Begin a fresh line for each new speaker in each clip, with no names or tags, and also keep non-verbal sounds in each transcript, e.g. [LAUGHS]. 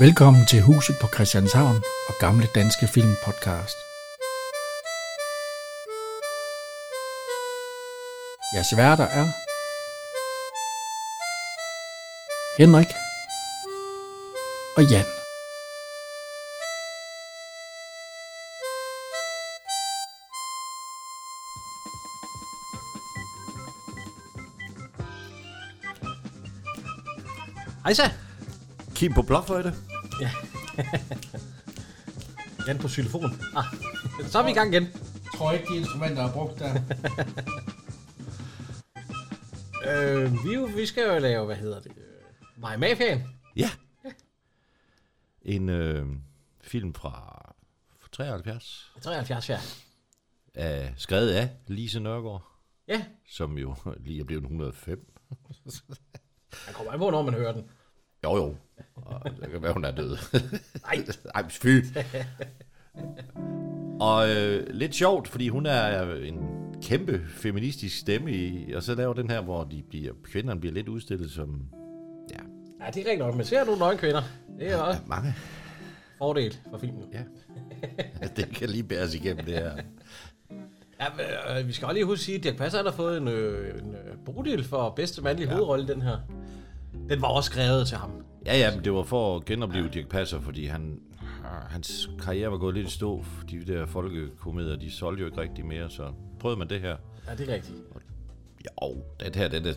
Velkommen til Huset på Christianshavn og Gamle Danske Film Podcast. Jeres værter er Henrik og Jan.
Hejsa!
Kim på blokfløjte.
[LAUGHS] Jan på xylofon. Ah, så er vi i gang igen.
Tror ikke, de instrumenter er brugt der.
Øh, vi, er jo- vi skal jo lave, hvad hedder det? øh, My Mafiaen.
Ja. En øh, film fra 73,
73, ja.
af, skrevet af Lise Nørgaard,
Ja,
som jo [LAUGHS] lige er blevet 105.
jeg kommer an på, når man hører den.
Jo jo, og det kan være, hun er død.
Nej,
Ej, fy. Og øh, lidt sjovt, fordi hun er en kæmpe feministisk stemme, i, og så laver den her, hvor de bliver, kvinderne bliver lidt udstillet som ja,
ja, det er rigtigt nok, men ser du nøgen kvinder? Det er også
af mange.
en fordel for filmen.
[LAUGHS] Ja. det kan lige bæres igennem det her.
Ja, men, øh, vi skal også lige huske at sige, at Dirk Passer han har fået en, øh, en øh, Bodil for bedste mandlige ja. hovedrolle i den her. Den var også skrevet til ham.
Ja, ja, men det var for at genopleve Dirk Passer, fordi han, hans karriere var gået lidt i stå. De der folkekomedier, de solgte jo ikke rigtig mere, så prøvede man det her.
Ja, det er rigtigt.
Jo, det her, det er...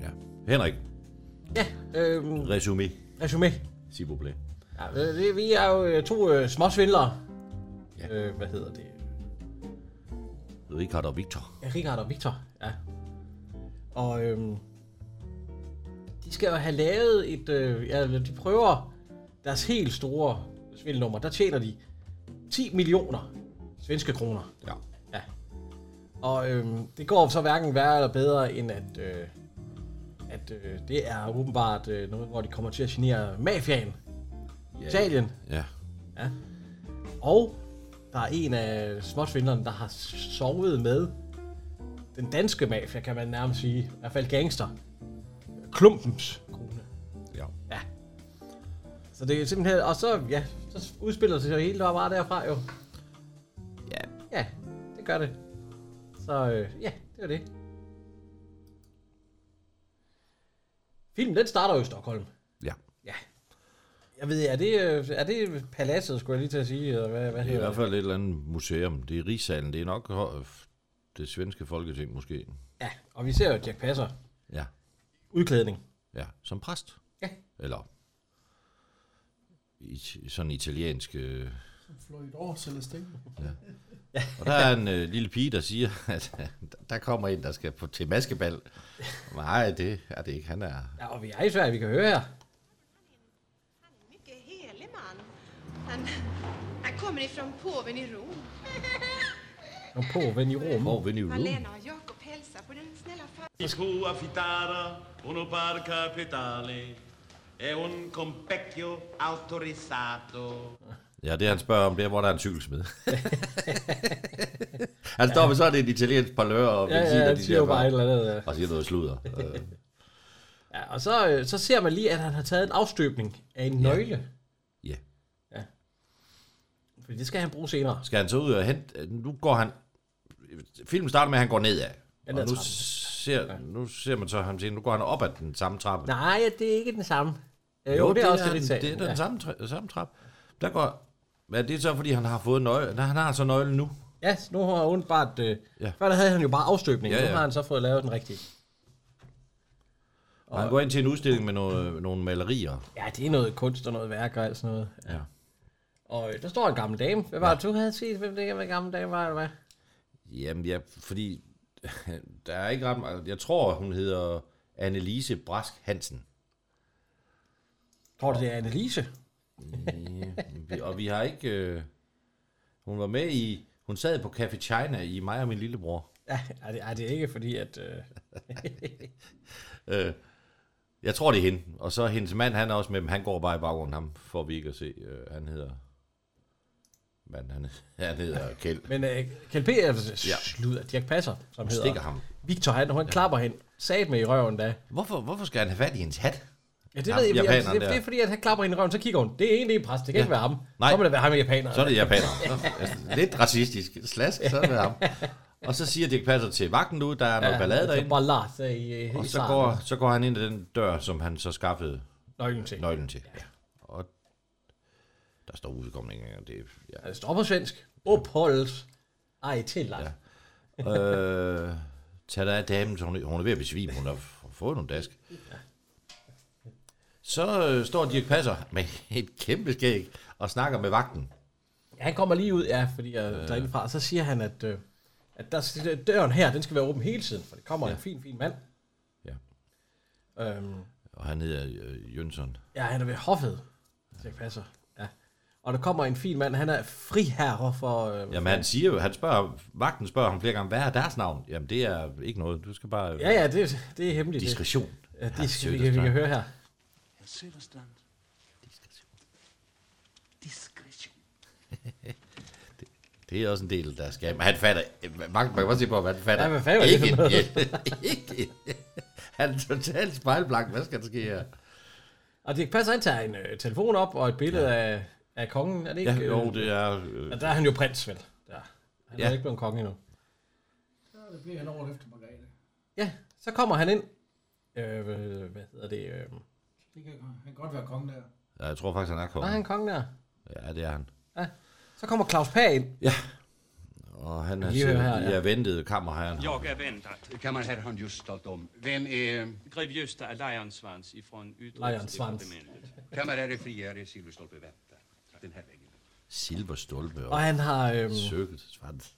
Ja. Henrik,
Ja, øh,
resumé,
resume.
s'il vous plaît.
Ja, øh, det, vi er jo øh, to øh, småsvindlere.
Ja.
Ja. Øh, hvad hedder det?
Richard og Victor.
Ja, Richard og Victor, ja. Og øhm, de skal jo have lavet et... Øh, ja, de prøver deres helt store svindelnummer. Der tjener de 10 millioner svenske kroner.
Ja.
Ja. Og øhm, det går så hverken værre eller bedre, end at, øh, at øh, det er åbenbart øh, noget, hvor de kommer til at genere mafiaen.
Ja.
Italien.
Ja.
Og der er en af småsvindlerne, der har sovet med den danske mafia, kan man nærmest sige. I hvert fald gangster. Klumpens kone.
ja.
Ja. Så det er simpelthen... Og så, ja, så udspiller det sig jo helt og bare derfra jo.
Ja.
Ja, det gør det. Så øh, ja, det var det. Filmen, den starter jo i Stockholm.
Ja.
Ja. Jeg ved, er det, øh, er det paladset, skulle jeg lige til at sige? Eller hvad, hvad
Det er i
hedder
hvert fald et eller andet museum. Det er Rigssalen. Det er nok øh, det svenske folketing, måske.
Ja, og vi ser jo Jack Passer.
Ja.
Udklædning.
Ja. Som præst.
Ja.
Eller i, sådan italiensk... Øh,
Fløjt over Celestine.
Og der er en øh, lille pige, der siger, [LAUGHS] at øh, der kommer en, der skal på, til maskebal. Nej, det er det ikke. Han er...
Ja, og vi er i Sverige, vi kan høre her.
Han är en mycket helig man. Han, han kommer ifrån påven i Rom.
Og på ven i Rom.
Hvor vil I
Malena og Jakob hälsar på den snälla farbrorn.
I sko affitara, uno par capitale, e un compecchio autorizzato.
Ja, det han spørger om, det er, hvor der er en cykelsmed. [LAUGHS] han står med sådan en italiensk parlør og
Ja,
benzin,
ja,
og
han
de
siger
der
jo bare et
bare,
eller andet. ja.
og siger noget sludder. Øh,
Ja, og så, øh, så ser man lige, at han har taget en afstøbning af en nøgle.
ja.
Fordi det skal han bruge senere.
Skal han så ud og hente... øh, Nu går han... Filmen starter med, at han går nedad.
Ja,
Og
ned ad
nu
trappen.
ser, nu ser man så ham sige, nu går han op ad den samme trappe.
Nej, det er ikke den samme. Øh, jo, det er også det, vi
den- Det er den
ja.
samme, tra- samme trap. Der går... Men det er så, fordi han har fået nøgle. Nej, han har så nøglen nu.
ja, nu har han åbenbart... Øh, ja.
Ja.
Før der havde han jo bare afstøbning. Ja,
Ja,
ja.
ja.
Nu har han så fået lavet den rigtige.
Og han går ind til en udstilling med nogle, nogle malerier.
Ja, det er noget kunst og noget værk og alt sådan noget.
Ja.
Og øh, der står en gammel dame. Hvad var det, du havde set? Hvem det var gammel dame var, eller hvad?
Jamen, ja, fordi [LAUGHS] der er ikke ret meget. Jeg tror, hun hedder Annelise Brask Hansen.
Tror du, det er Annelise?
Vi- Og vi har ikke... Øh, hun var med i... Hun sad på Café China i mig og min lillebror.
Ja, er det, er det ikke, fordi at... Øh,
Øh, jeg tror, det er hende. Og så hendes mand, han er også med dem. Han går bare i baggrunden. Ham får vi ikke at se. Øh, han hedder... Mand, han, han hedder Kjeld.
Men øh, Kjeld P. er ja.
Ja.
sludder. Dirk Passer, som
Hun
hedder.
stikker ham.
Victor, han, han klapper hende. Sat med i røven da.
Hvorfor, hvorfor skal han have fat i hendes hat?
Ja, det
Ham,
ved jeg. ikke.
japaneren
det, det,
der.
er fordi, at han klapper hende i røven, så kigger hun. Det er egentlig en præst, det kan
Ja.
ikke være ham.
Nej.
Så må det være ham i japaner.
Så er det japaner. Altså, lidt racistisk slask, så er det ham. Og så siger Dirk Passer til vagten ud, der er noget ballade
derinde.
derinde.
Så bare Lars er altså, i, i
Og så
sarmen.
går, så går han ind ad den dør, som han så skaffede
Nøglen til.
nøglen til. Ja. Og der står udkomningen, og det ja.
Han står Øh, på svensk. Opholds. Ej, til Lars.
Ja. øh, tag dig af damen, så hun, hun er ved at besvime. Hun har f- fået nogle dask. Så øh, står Dirk Passer med et kæmpe skæg og snakker med vagten.
Ja, han kommer lige ud, ja, fordi jeg øh. derinde fra, så siger han, at, øh, at der, døren her, den skal være åben hele tiden, for det kommer ja. en fin, fin mand.
Ja.
Øhm,
Og han hedder øh, Jønsson.
ja, han er ved hoffet. Så jeg passer. Ja. Og der kommer en fin mand, han er friherre for... Øh,
Jamen han siger jo, han spørger, vagten spørger ham flere gange, hvad er deres navn? Jamen det er ikke noget, du skal bare...
ja, ja, det, det er hemmeligt. det.
Diskretion.
Ja,
Herre
det skal vi, vi kan høre her.
Herr Söderstrand. Diskretion. Diskretion.
Det er også en del, der skal... Men han fatter... Man, man kan bare se på, hvad han fatter.
Ja, hvad fanden var det for
ikke, [LAUGHS]
noget?
ikke, Han er totalt spejlblank. Hvad skal der ske her?
Og det passer, han tager en øh, telefon op og et billede ja. af, af kongen, er det ikke?
Ja, jo,
øh,
det er... Øh,
Og der er han jo prins, vel? Der. Han ja.
Ja.
er ikke blevet konge endnu.
Ja, det bliver han overløft til Margrethe.
Ja, så kommer han ind. Øh, hvad- hvad hedder det? Øh,
Det kan, han kan godt være konge der.
ja, jeg tror faktisk, han er
var
kommet.
han kongen der?
Ja, det er han.
Ja. Så kommer Claus Pag ind.
Og han er
Lige høre her,
her, ja.
ja.
er ventet kammerherren.
Jag är väntad.
Kammarherrn just talat om. Vem är
Grev Gösta Lajonsvans ifrån
Lajonsvans.
utrikesdepartementet.
kammarherre friherre Silverstolpe väntar? Den här vägen.
Silverstolpe
Og
og
han har... Øh,
søkkelsvans.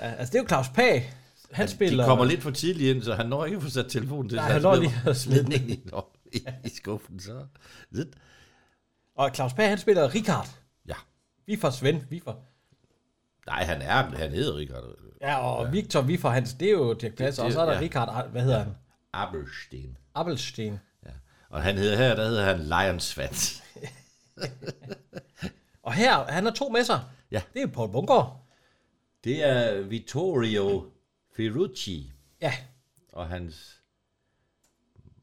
altså, det er jo Claus Pag. Han, han spiller...
De kommer lidt for tidligt ind, så han når ikke at få sat telefonen til.
Nej,
så
han når
smider- [LAUGHS]
lige at
smider den ind i, i, i skuffen. Så. Lidt.
Og Claus Pag, han spiller Richard.
Ja.
Viffers ven, Viffer.
Nej, han er, han hedder Richard
Ja, og ja. Victor Viffer Hans, det er jo Dirk Passer.
det-
Og så er der ja.
ja.
Richard, Ar- hvad hedder ja. han?
Abelsten.
Appelsten.
Ja. Og han hedder her, der hedder han Lionsvans.
Og her, han har to med sig.
Ja.
Det er Paul Bunker.
Det er Vittorio Ferrucci
Ja,
og hans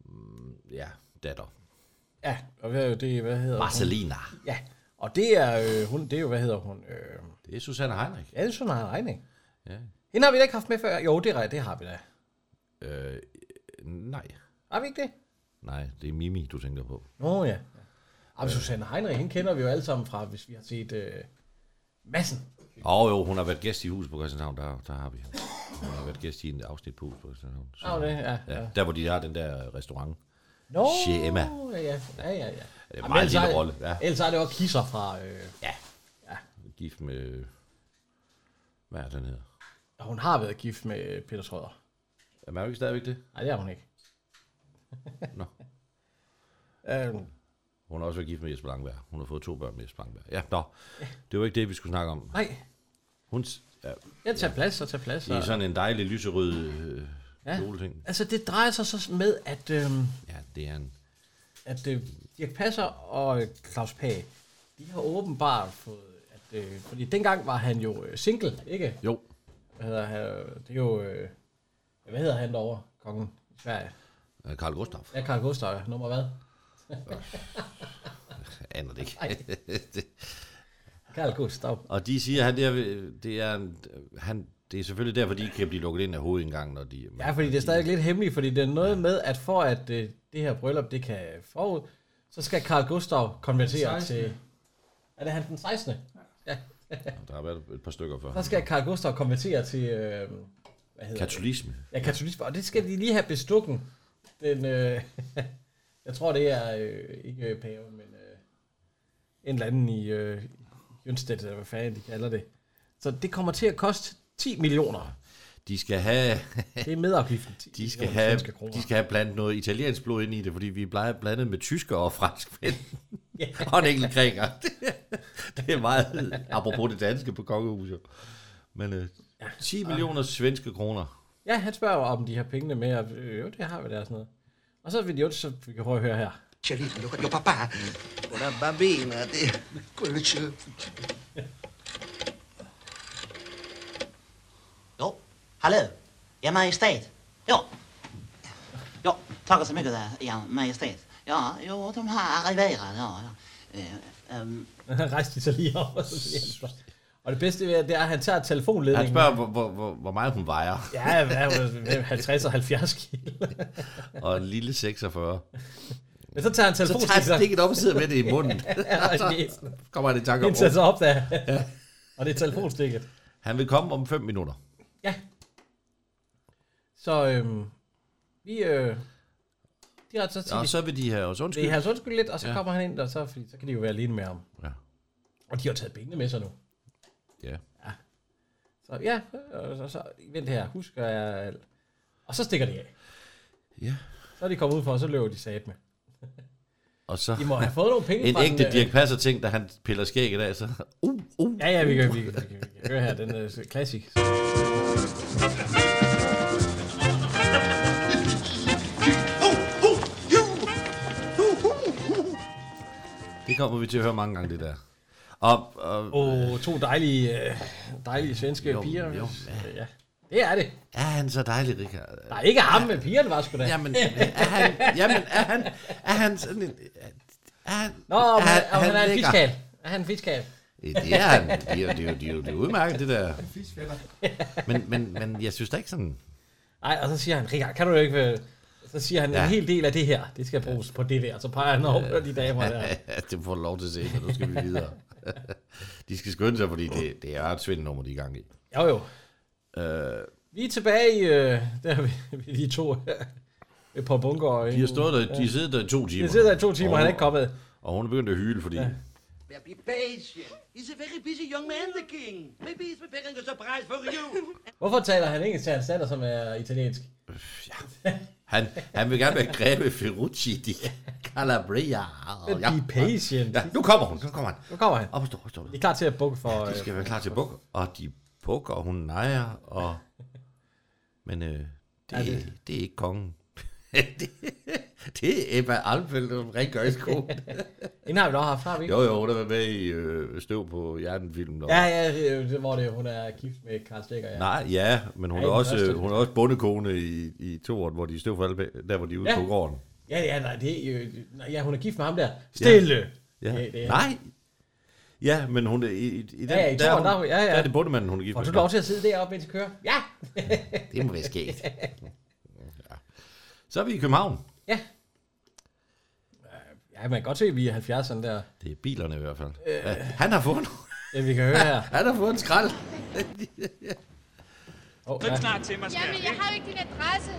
mm, ja, datter.
ja. Og hvad er jo det, hvad hedder hun?
Marcelina.
Ja, og det er øh, hun, det er jo, hvad hedder hun? Øh,
Det er Susanne Heinrich.
ja, det er sådan en regning.
Ja.
Hende har vi da ikke haft med før. Jo, det er rigtigt, det har vi da.
Øh, nej.
Har vi ikke det?
Nej, det er Mimi, du tænker på.
Nå ja. Ja, men Susanne Heinrich, hende kender vi jo alle sammen fra, hvis vi har set øh, massen.
Åh oh, jo, hun har været gæst i huset på Christianshavn, der, der har vi hende. Hun har været gæst i en afsnit på huset på Christianshavn. Så,
Ja, det, ja.
ja, der hvor de har den der restaurant.
Nå,
Che Emma.
Ja, ja, ja. ja.
Det er
Jamen,
en meget
ellers
lille
er-
rolle. Ja.
Ellers er det også kisser fra... Øh,
Gift med... Hvad er den hedder?
hun har været gift med øh, Peter Schrøder.
Er man jo ikke stadigvæk det?
Nej, det har hun ikke.
Nå.
Øh,
Hun har også været gift med Jesper Langberg. Hun har fået to børn med Jesper Langberg. Ja, nå. Det var ikke det, vi skulle snakke om.
nej,
Hun s- ja,
jeg tager plads og tager plads.
det er
Og,
sådan en dejlig lyserød øh,
Ja.
kjoleting.
altså, det drejer sig så med, at... Øh,
Ja, det er en...
at øh, Dirk Passer og øh, Claus Pag, de har åbenbart fået, at, øh, fordi dengang var han jo øh, single, ikke?
Jo,
Hvad hedder han? øh, Det er jo, øh, hvad hedder han derovre, kongen i Sverige?
øh, Carl Gustaf.
Ja, Carl Gustav, ja. nummer hvad?
Jeg aner det ikke.
Carl Gustav.
[LAUGHS] Og de siger, han der, vil- det er, en- han, det er selvfølgelig derfor, de ikke kan blive lukket ind af hovedindgangen, når de...
Ja, fordi det er stadig lidt hemmeligt, fordi det er noget med, at for at øh, det her bryllup, det kan forud, så skal Carl Gustav konvertere
Den 16.
til... Er det han den 16.
Der har været et par stykker før.
Så skal Carl Gustav konvertere til... Øh, hvad hedder det?
Katolisme.
Ja, katolisme. Og det skal de lige have bestukken. Den, øh, [LAUGHS] jeg tror, det er øh, ikke øh, paven, men øh, en eller anden i øh, Jønstedt, eller hvad fanden de kalder det. Så det kommer til at koste 10
[LAUGHS]
millioner.
De skal have,
Det er medafgiften. 10
de skal
millioner
have,
svenske kroner.
de skal have blandet noget italiensk blod ind i det, fordi vi plejer blandet med tysker og fransk mænd. [LAUGHS] og en enkelt græker. det er meget apropos det danske på kongehuset. Men øh, 10 millioner svenske kroner.
Ja, han spørger om de har pengene med, og øh, jo, det har vi der og sådan noget. Og så vil de jo, så vi kan prøve at høre her. [LAUGHS]
Cerito, lo, lo papà. Una bambina, te. Quello c'è.
Jo, hallå, er majestät. Ja. Ja, tackar så mycket där igen, majestät. Ja, jo, de har arriveret, ja. ja. Øh, øhm,
Han rejste de så lige op, og så bliver han slået. Og det bedste ved det, det er, at han tager telefonledningen.
Han spørger, hvor, hvor, hvor, hvor meget hun vejer.
Ja, hvad er hun, mellem 50 og 70 kilo.
Og en lille
[LAUGHS]
46.
Men så tager han
Så
telefonstikken.
tager han stikket op og sidder med det i
[LAUGHS]
munden.
og i næsen.
Kommer han i tanke om,
Indtil han så opdager. [LAUGHS] og det er telefonstikket.
"Åh, han vil komme om 5 minutter.
Ja. Så øhm, vi... Øh, de har så
Og
tit,
så vil de have os
det er
undskyld.
hans undskyld lidt, og så ja. kommer han ind, og så, fordi, så kan de jo være alene med ham.
Ja.
Og de har taget pengene med sig nu.
Ja.
Så ja, og så, så vent her, husker jeg alt. Og så stikker de af.
Ja.
Så er de kommet ud for, og så løber de sat med.
Og så
De må have fået nogle
[LAUGHS]
penge
en
fra
ægte
den, øh,
Dirk Passer ting, da han piller skægget af, så... Uh, uh.
Ja, ja, vi kan, vi, kan, vi, kan, vi kan høre her, den er klassik.
Det kommer vi til at høre mange gange, det der. Og, og
Og to dejlige, øh, dejlige svenske
Jo,
piger. Øh,
jo,
ja. Det er det.
er han så dejlig, Richard?
Nej, ikke ham, men pigerne var sgu da.
Jamen, [LAUGHS] er han, jamen, er han, er han sådan en... Er han,
Nå, om han,
er-
om han er en
ligger-
fiskal. Er han en fiskal?
Ja, Det er han. Det er, det er, det er, det er udmærket, det der. Men, men, men jeg synes da ikke sådan...
Nej, og så siger han, Richard, kan du ikke... øh," Så siger han,
Ja.
en hel del af det her, det skal bruges på det der. Så peger han over på de damer der.
at det får du lov til at se, så nu skal vi videre. de skal skynde sig, fordi det, det er et svindelnummer, de er i gang i.
Jo, jo.
Øh,
Vi er tilbage i, øh, der [LAUGHS] ved, ved de to øh, på bunker. Og
de har stået der, de sidder der i to timer.
de sidder der i to timer, og han er ikke kommet.
Og hun er begyndt at hyle, fordi... Ja.
Be patient. He's a very busy young man, the king. Maybe he's preparing a surprise for you.
Hvorfor taler han engelsk til hans datter, som er øh, italiensk?
Han, han vil gerne være greve Ferrucci di Calabria.
Men be patient.
Ja, nu kommer hun, nu kommer han.
Nu kommer han.
Op og stå, op og stå.
De er klar til at bukke for... øh,
De skal være klar til at bukke, og de bukker, og hun nejer, og... Men øh, det,
Ja,
er
det-
det... det er ikke kongen. [LAUGHS] det, det er Ebba Alfeldt, hun rengør i [LAUGHS] skolen.
Øh, inden har vi nok haft, har vi ikke?
jo, jo, hun har været med i øh, Støv på Hjertenfilmen. Og...
Ja, ja, øh, det- hvor det, hun er gift med Karl Stikker, ja.
Nej, ja, men hun,
Ja,
er,
i den
også,
første.
øh, hun er også bondekone i, i to år, hvor de er støv for alle, bag- der hvor de er ude
Ja.
ja. på gården.
Ja, ja, nej, det er jo... nej, Ja, hun er gift med ham der. Stille!
Ja.
Ja, det er-
Nej! Ja, men hun er i, i, i den,
Ja, ja, i
der, er
toeren,
hun,
der er hun- ja, ja.
der er det bondemanden, hun er gift
Får
med.
du lov til at sidde deroppe, mens jeg kører? Ja!
Det må være sket.
[LAUGHS]
ja. Så er vi i København.
Ja. Ja, man kan godt se, at vi er 70'erne der.
Det er bilerne i hvert fald. Øh. Han har fået
Ja, vi kan høre her.
han har fået en [LAUGHS] skrald. [LAUGHS]
Oh,
Vent
ja.
snart til mig, skat.
jeg har jo ikke din adresse.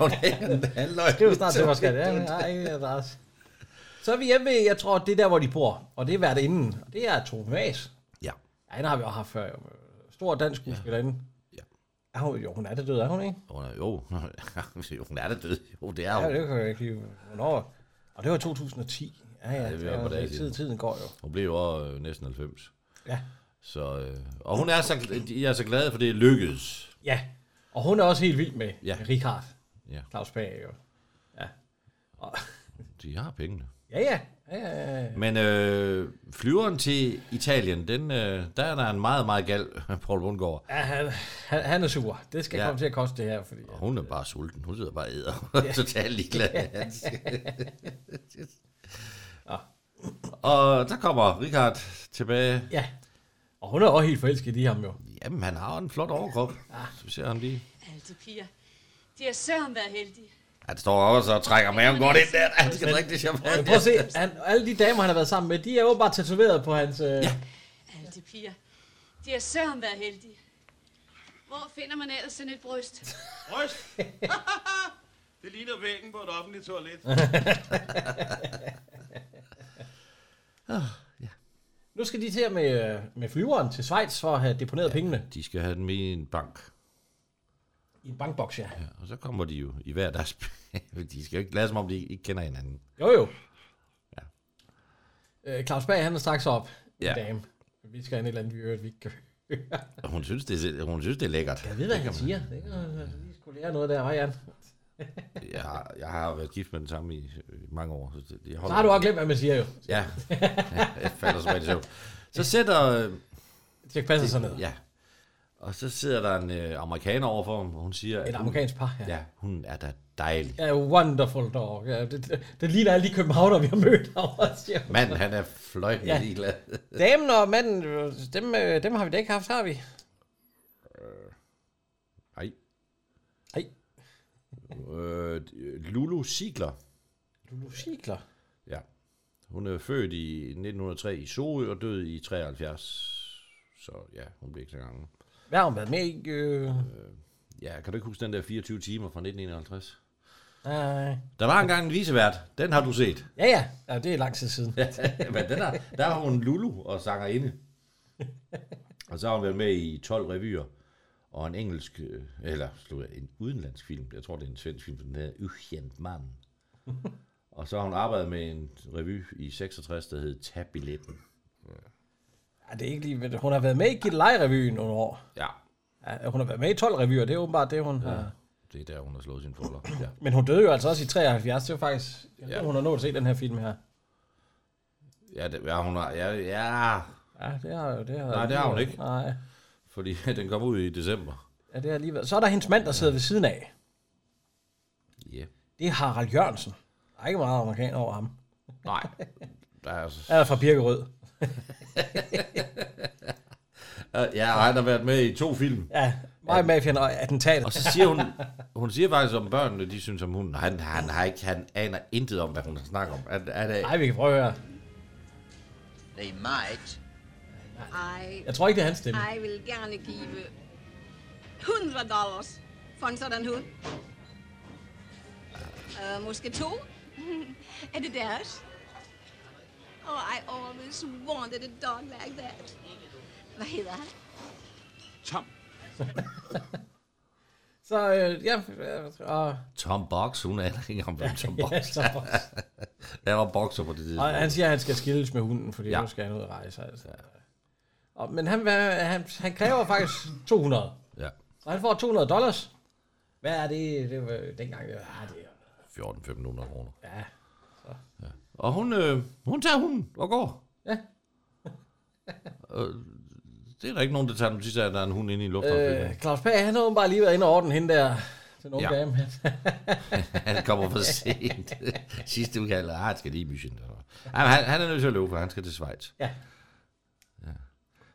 Og det er en halvløg.
Det er jo snart til, hvad skal det? Ja, jeg har ikke adresse. Så er vi hjemme ved, jeg tror, det er der, hvor de bor. Og det er været inden. Og det er Tove Mas.
Ja.
Ja, den har vi også haft før. Jo. Stor dansk skuespillerinde.
Ja.
Er hun, jo, hun er da død, er hun ikke?
Hun er, jo, [LAUGHS] Jo, hun er da død. Jo, det er
Ja,
hun.
det kan jeg ikke lige... Hvornår? Og det var 2010. Ja, ja,
det
det
er oppe på
er,
dagen
tiden,
siden.
tiden går jo.
Hun blev jo også øh, næsten 90.
Ja.
Så, øh, og hun er så, jeg er så glad, for det er lykkedes.
Ja, og hun er også helt vild med ja.
Ja.
Richard.
Ja.
Claus Pag, jo.
De har pengene.
Ja, ja. ja, ja, ja.
Men øh, flyveren til Italien, den, øh, der er der en meget, meget gal [LAUGHS] Paul Bundgaard.
ja han, han, han er sur. Det skal ja.
Ja.
komme til at koste det her, fordi...
Og hun er bare sulten. Hun sidder bare og æder. [LAUGHS] Totalt ligeglad.
Nå.
og der kommer Richard tilbage.
Ja. Og hun er også helt forelsket i ham, jo.
Jamen, han har en flot overkrop. Så ser han lige.
Altså, piger, de har søren været heldige.
Han står op og så trækker maven godt ind der. Han skal drikke det
Men
champagne.
prøv at se, han, alle de damer, han har været sammen med, de er jo bare tatoveret på hans... Øh, ja.
Altså, piger, de har søren været heldige.
Hvor finder man ellers sådan et bryst?
[LAUGHS]
Røst! det ligner væggen på et offentligt toilet.
Nu skal de til med, øh, med flyveren til Schweiz for at have deponeret ja. pengene
De skal have den med i en bank.
i en bankboks, ja.
Ja, og så kommer de jo i hver deres... [LAUGHS] de skal jo ikke lade som om, de ikke kender hinanden.
Jo, jo. Ja. Øh, Claus Bag, han er straks op. Ja.
Ja.
Dame. Vi skal ind i et eller andet, vi øvrigt, vi ikke kan høre.
Og hun synes, det er, hun synes, det er lækkert.
Jeg ved, hvad han siger. Det kan man lige skulle lære noget der, hva' Jan?
Jeg har, jeg har været gift med den samme i, i mange år. Så, det, jeg holder-
Så har du også glemt, hvad man siger jo.
Ja, jeg falder som en i søvn. Så sætter... øh,
Dirk Passer sig ned.
Ja. Og så sidder der en øh, amerikaner overfor ham, og hun siger... at hun-
amerikansk par, ja.
ja. hun er da dejlig.
Ja, wonderful dog. Ja, det, det, det ligner alle de københavner, vi har mødt over. siger hun.
Manden, han er fløjtende ja. ligeglad.
Damen og manden, øh, dem, øh, dem har vi da ikke haft, har vi?
Nej.
Nej.
Øh, Lulu Sigler.
Lulu Sigler?
Ja. Hun er født i 1903 i Sorø og døde i 73. Så ja, hun blev ikke så gammel.
Hvad har hun været med i? Øh...
Ja, kan du ikke huske den der 24 timer fra 1951?
Nej.
Der var engang en visevært. Den har du set.
Ja, ja, ja, det er lang tid siden.
[LAUGHS] Ja, men den er, der har hun Lulu og sangerinde. Og så har hun været med i 12 revyer og en engelsk, øh, eller slutter, en udenlandsk film. Jeg tror, det er en svensk film, den hedder Uchent Mann. Og så har hun arbejdet med en revy i 66, der hed Tab Billetten.
Ja, det er ikke lige, ved det. hun har været med i Gilleleje-revyen nogle år.
Ja.
ja. Hun har været med i 12 revyer, det er åbenbart det, hun ja. har.
Det er der, hun har slået sin folder. Ja.
Men hun døde jo altså også i 73, det var faktisk... Jeg ja.
Ja.
hun har nået at se den her film her.
Ja, det, ja, hun har, ja, ja.
Ja, det har, det har
Nej, det har hun ikke.
Nej.
Fordi [LAUGHS] den kommer ud i december.
Ja, det har lige været. Så er der hendes mand, der sidder ved siden af.
Ja.
Det er Harald Jørgensen. Der er ikke meget amerikan over ham.
Nej. Der er, altså-
Han er fra Birkerød.
Øh, ja, og han har været med i to film.
Ja, mig mafian og attentatet.
Og så siger hun, hun siger faktisk om børnene, de synes om hunden, og han, han, har ikke, han aner intet om, hvad hun snakker om. Er, er det,
Nej, vi kan prøve at høre.
They might.
I,
Jeg tror ikke, det er hans stemme.
I vil gerne give 100 dollars for en sådan hund. Uh, måske to. [LAUGHS] er det deres? Oh, I always wanted a dog like that. Hvad hedder han?
Tom.
Så øh, ja, øh, og,
Tom Box, hun aner ikke om, hvem Tom Box
ja, Tom
er. Jeg var bokser på det tidspunkt.
[LAUGHS] og han siger, at han skal skilles med hunden, fordi ja.
Ja.
nu skal han ud og rejse. Altså. Og, men han, hvad- han, han kræver
[LAUGHS]
faktisk 200.
Ja.
Så han får 200 dollars. Hvad er det? Det var dengang, det var, ah, det er
14-1500 kroner.
Ja.
ja. Og hun, øh, hun tager hunden og går.
Ja.
øh, det er der ikke nogen, der tager den sidste af, at der er en hund inde i lufthavnen.
Øh, Claus Pag, han har åbenbart lige været inde og ordne hende der, den unge ja.
Ja.
dame. [LAUGHS]
han kommer for sent. Sidste uge, eller ah, han skal lige i München. eller hvad. Ej, men Han, han er nødt til at løbe, for han skal til Schweiz.
Ja.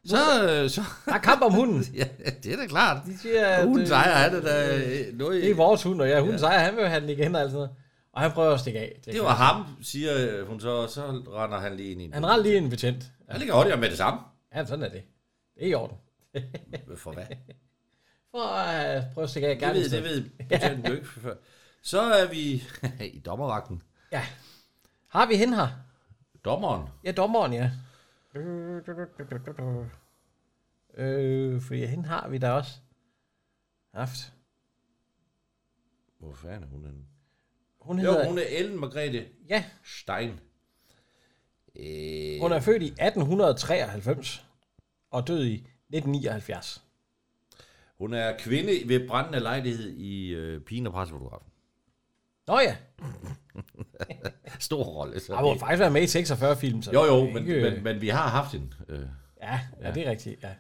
Så, øh, så...
Der er kamp om hunden.
ja, det er da klart.
De siger,
Hunden
øh,
sejrer, han er da, øh, noget-
Det er vores hund, og ja, hunden ja. sejrer, han vil have den igen og alt sådan noget. Og han prøver at stikke af.
Det var ham, siger øh, hun så, og så render han lige ind i en...
Han render lige en betjent.
Han ligger hurtigere med det samme.
Ja, sådan er det. Det er i orden.
For hvad?
For at prøve at stikke af
Det
gerne.
ved, det ved betjenten jo ikke før. Så er vi [LAUGHS] i dommervagten.
Ja. Har vi hende her?
Dommeren.
Ja, dommeren, ja. Øh, fordi hende har vi da også haft.
Hvor fanden er hun henne?
Hun
Jo,
hedder-
hun er Ellen Margrethe
Ja.
Stein. Øh,
Hun er født i 1893 og død i 1979.
hun er kvinde ved brændende lejlighed i øh, Pigen og Pressefotografen.
Nå ja,
Stor rolle. Så
har hun har faktisk været med i 46 film. Så
Jo,
det er
jo, men,
ikke-
men, men vi har haft en. Øh,
Ja, ja, det er rigtigt, ja.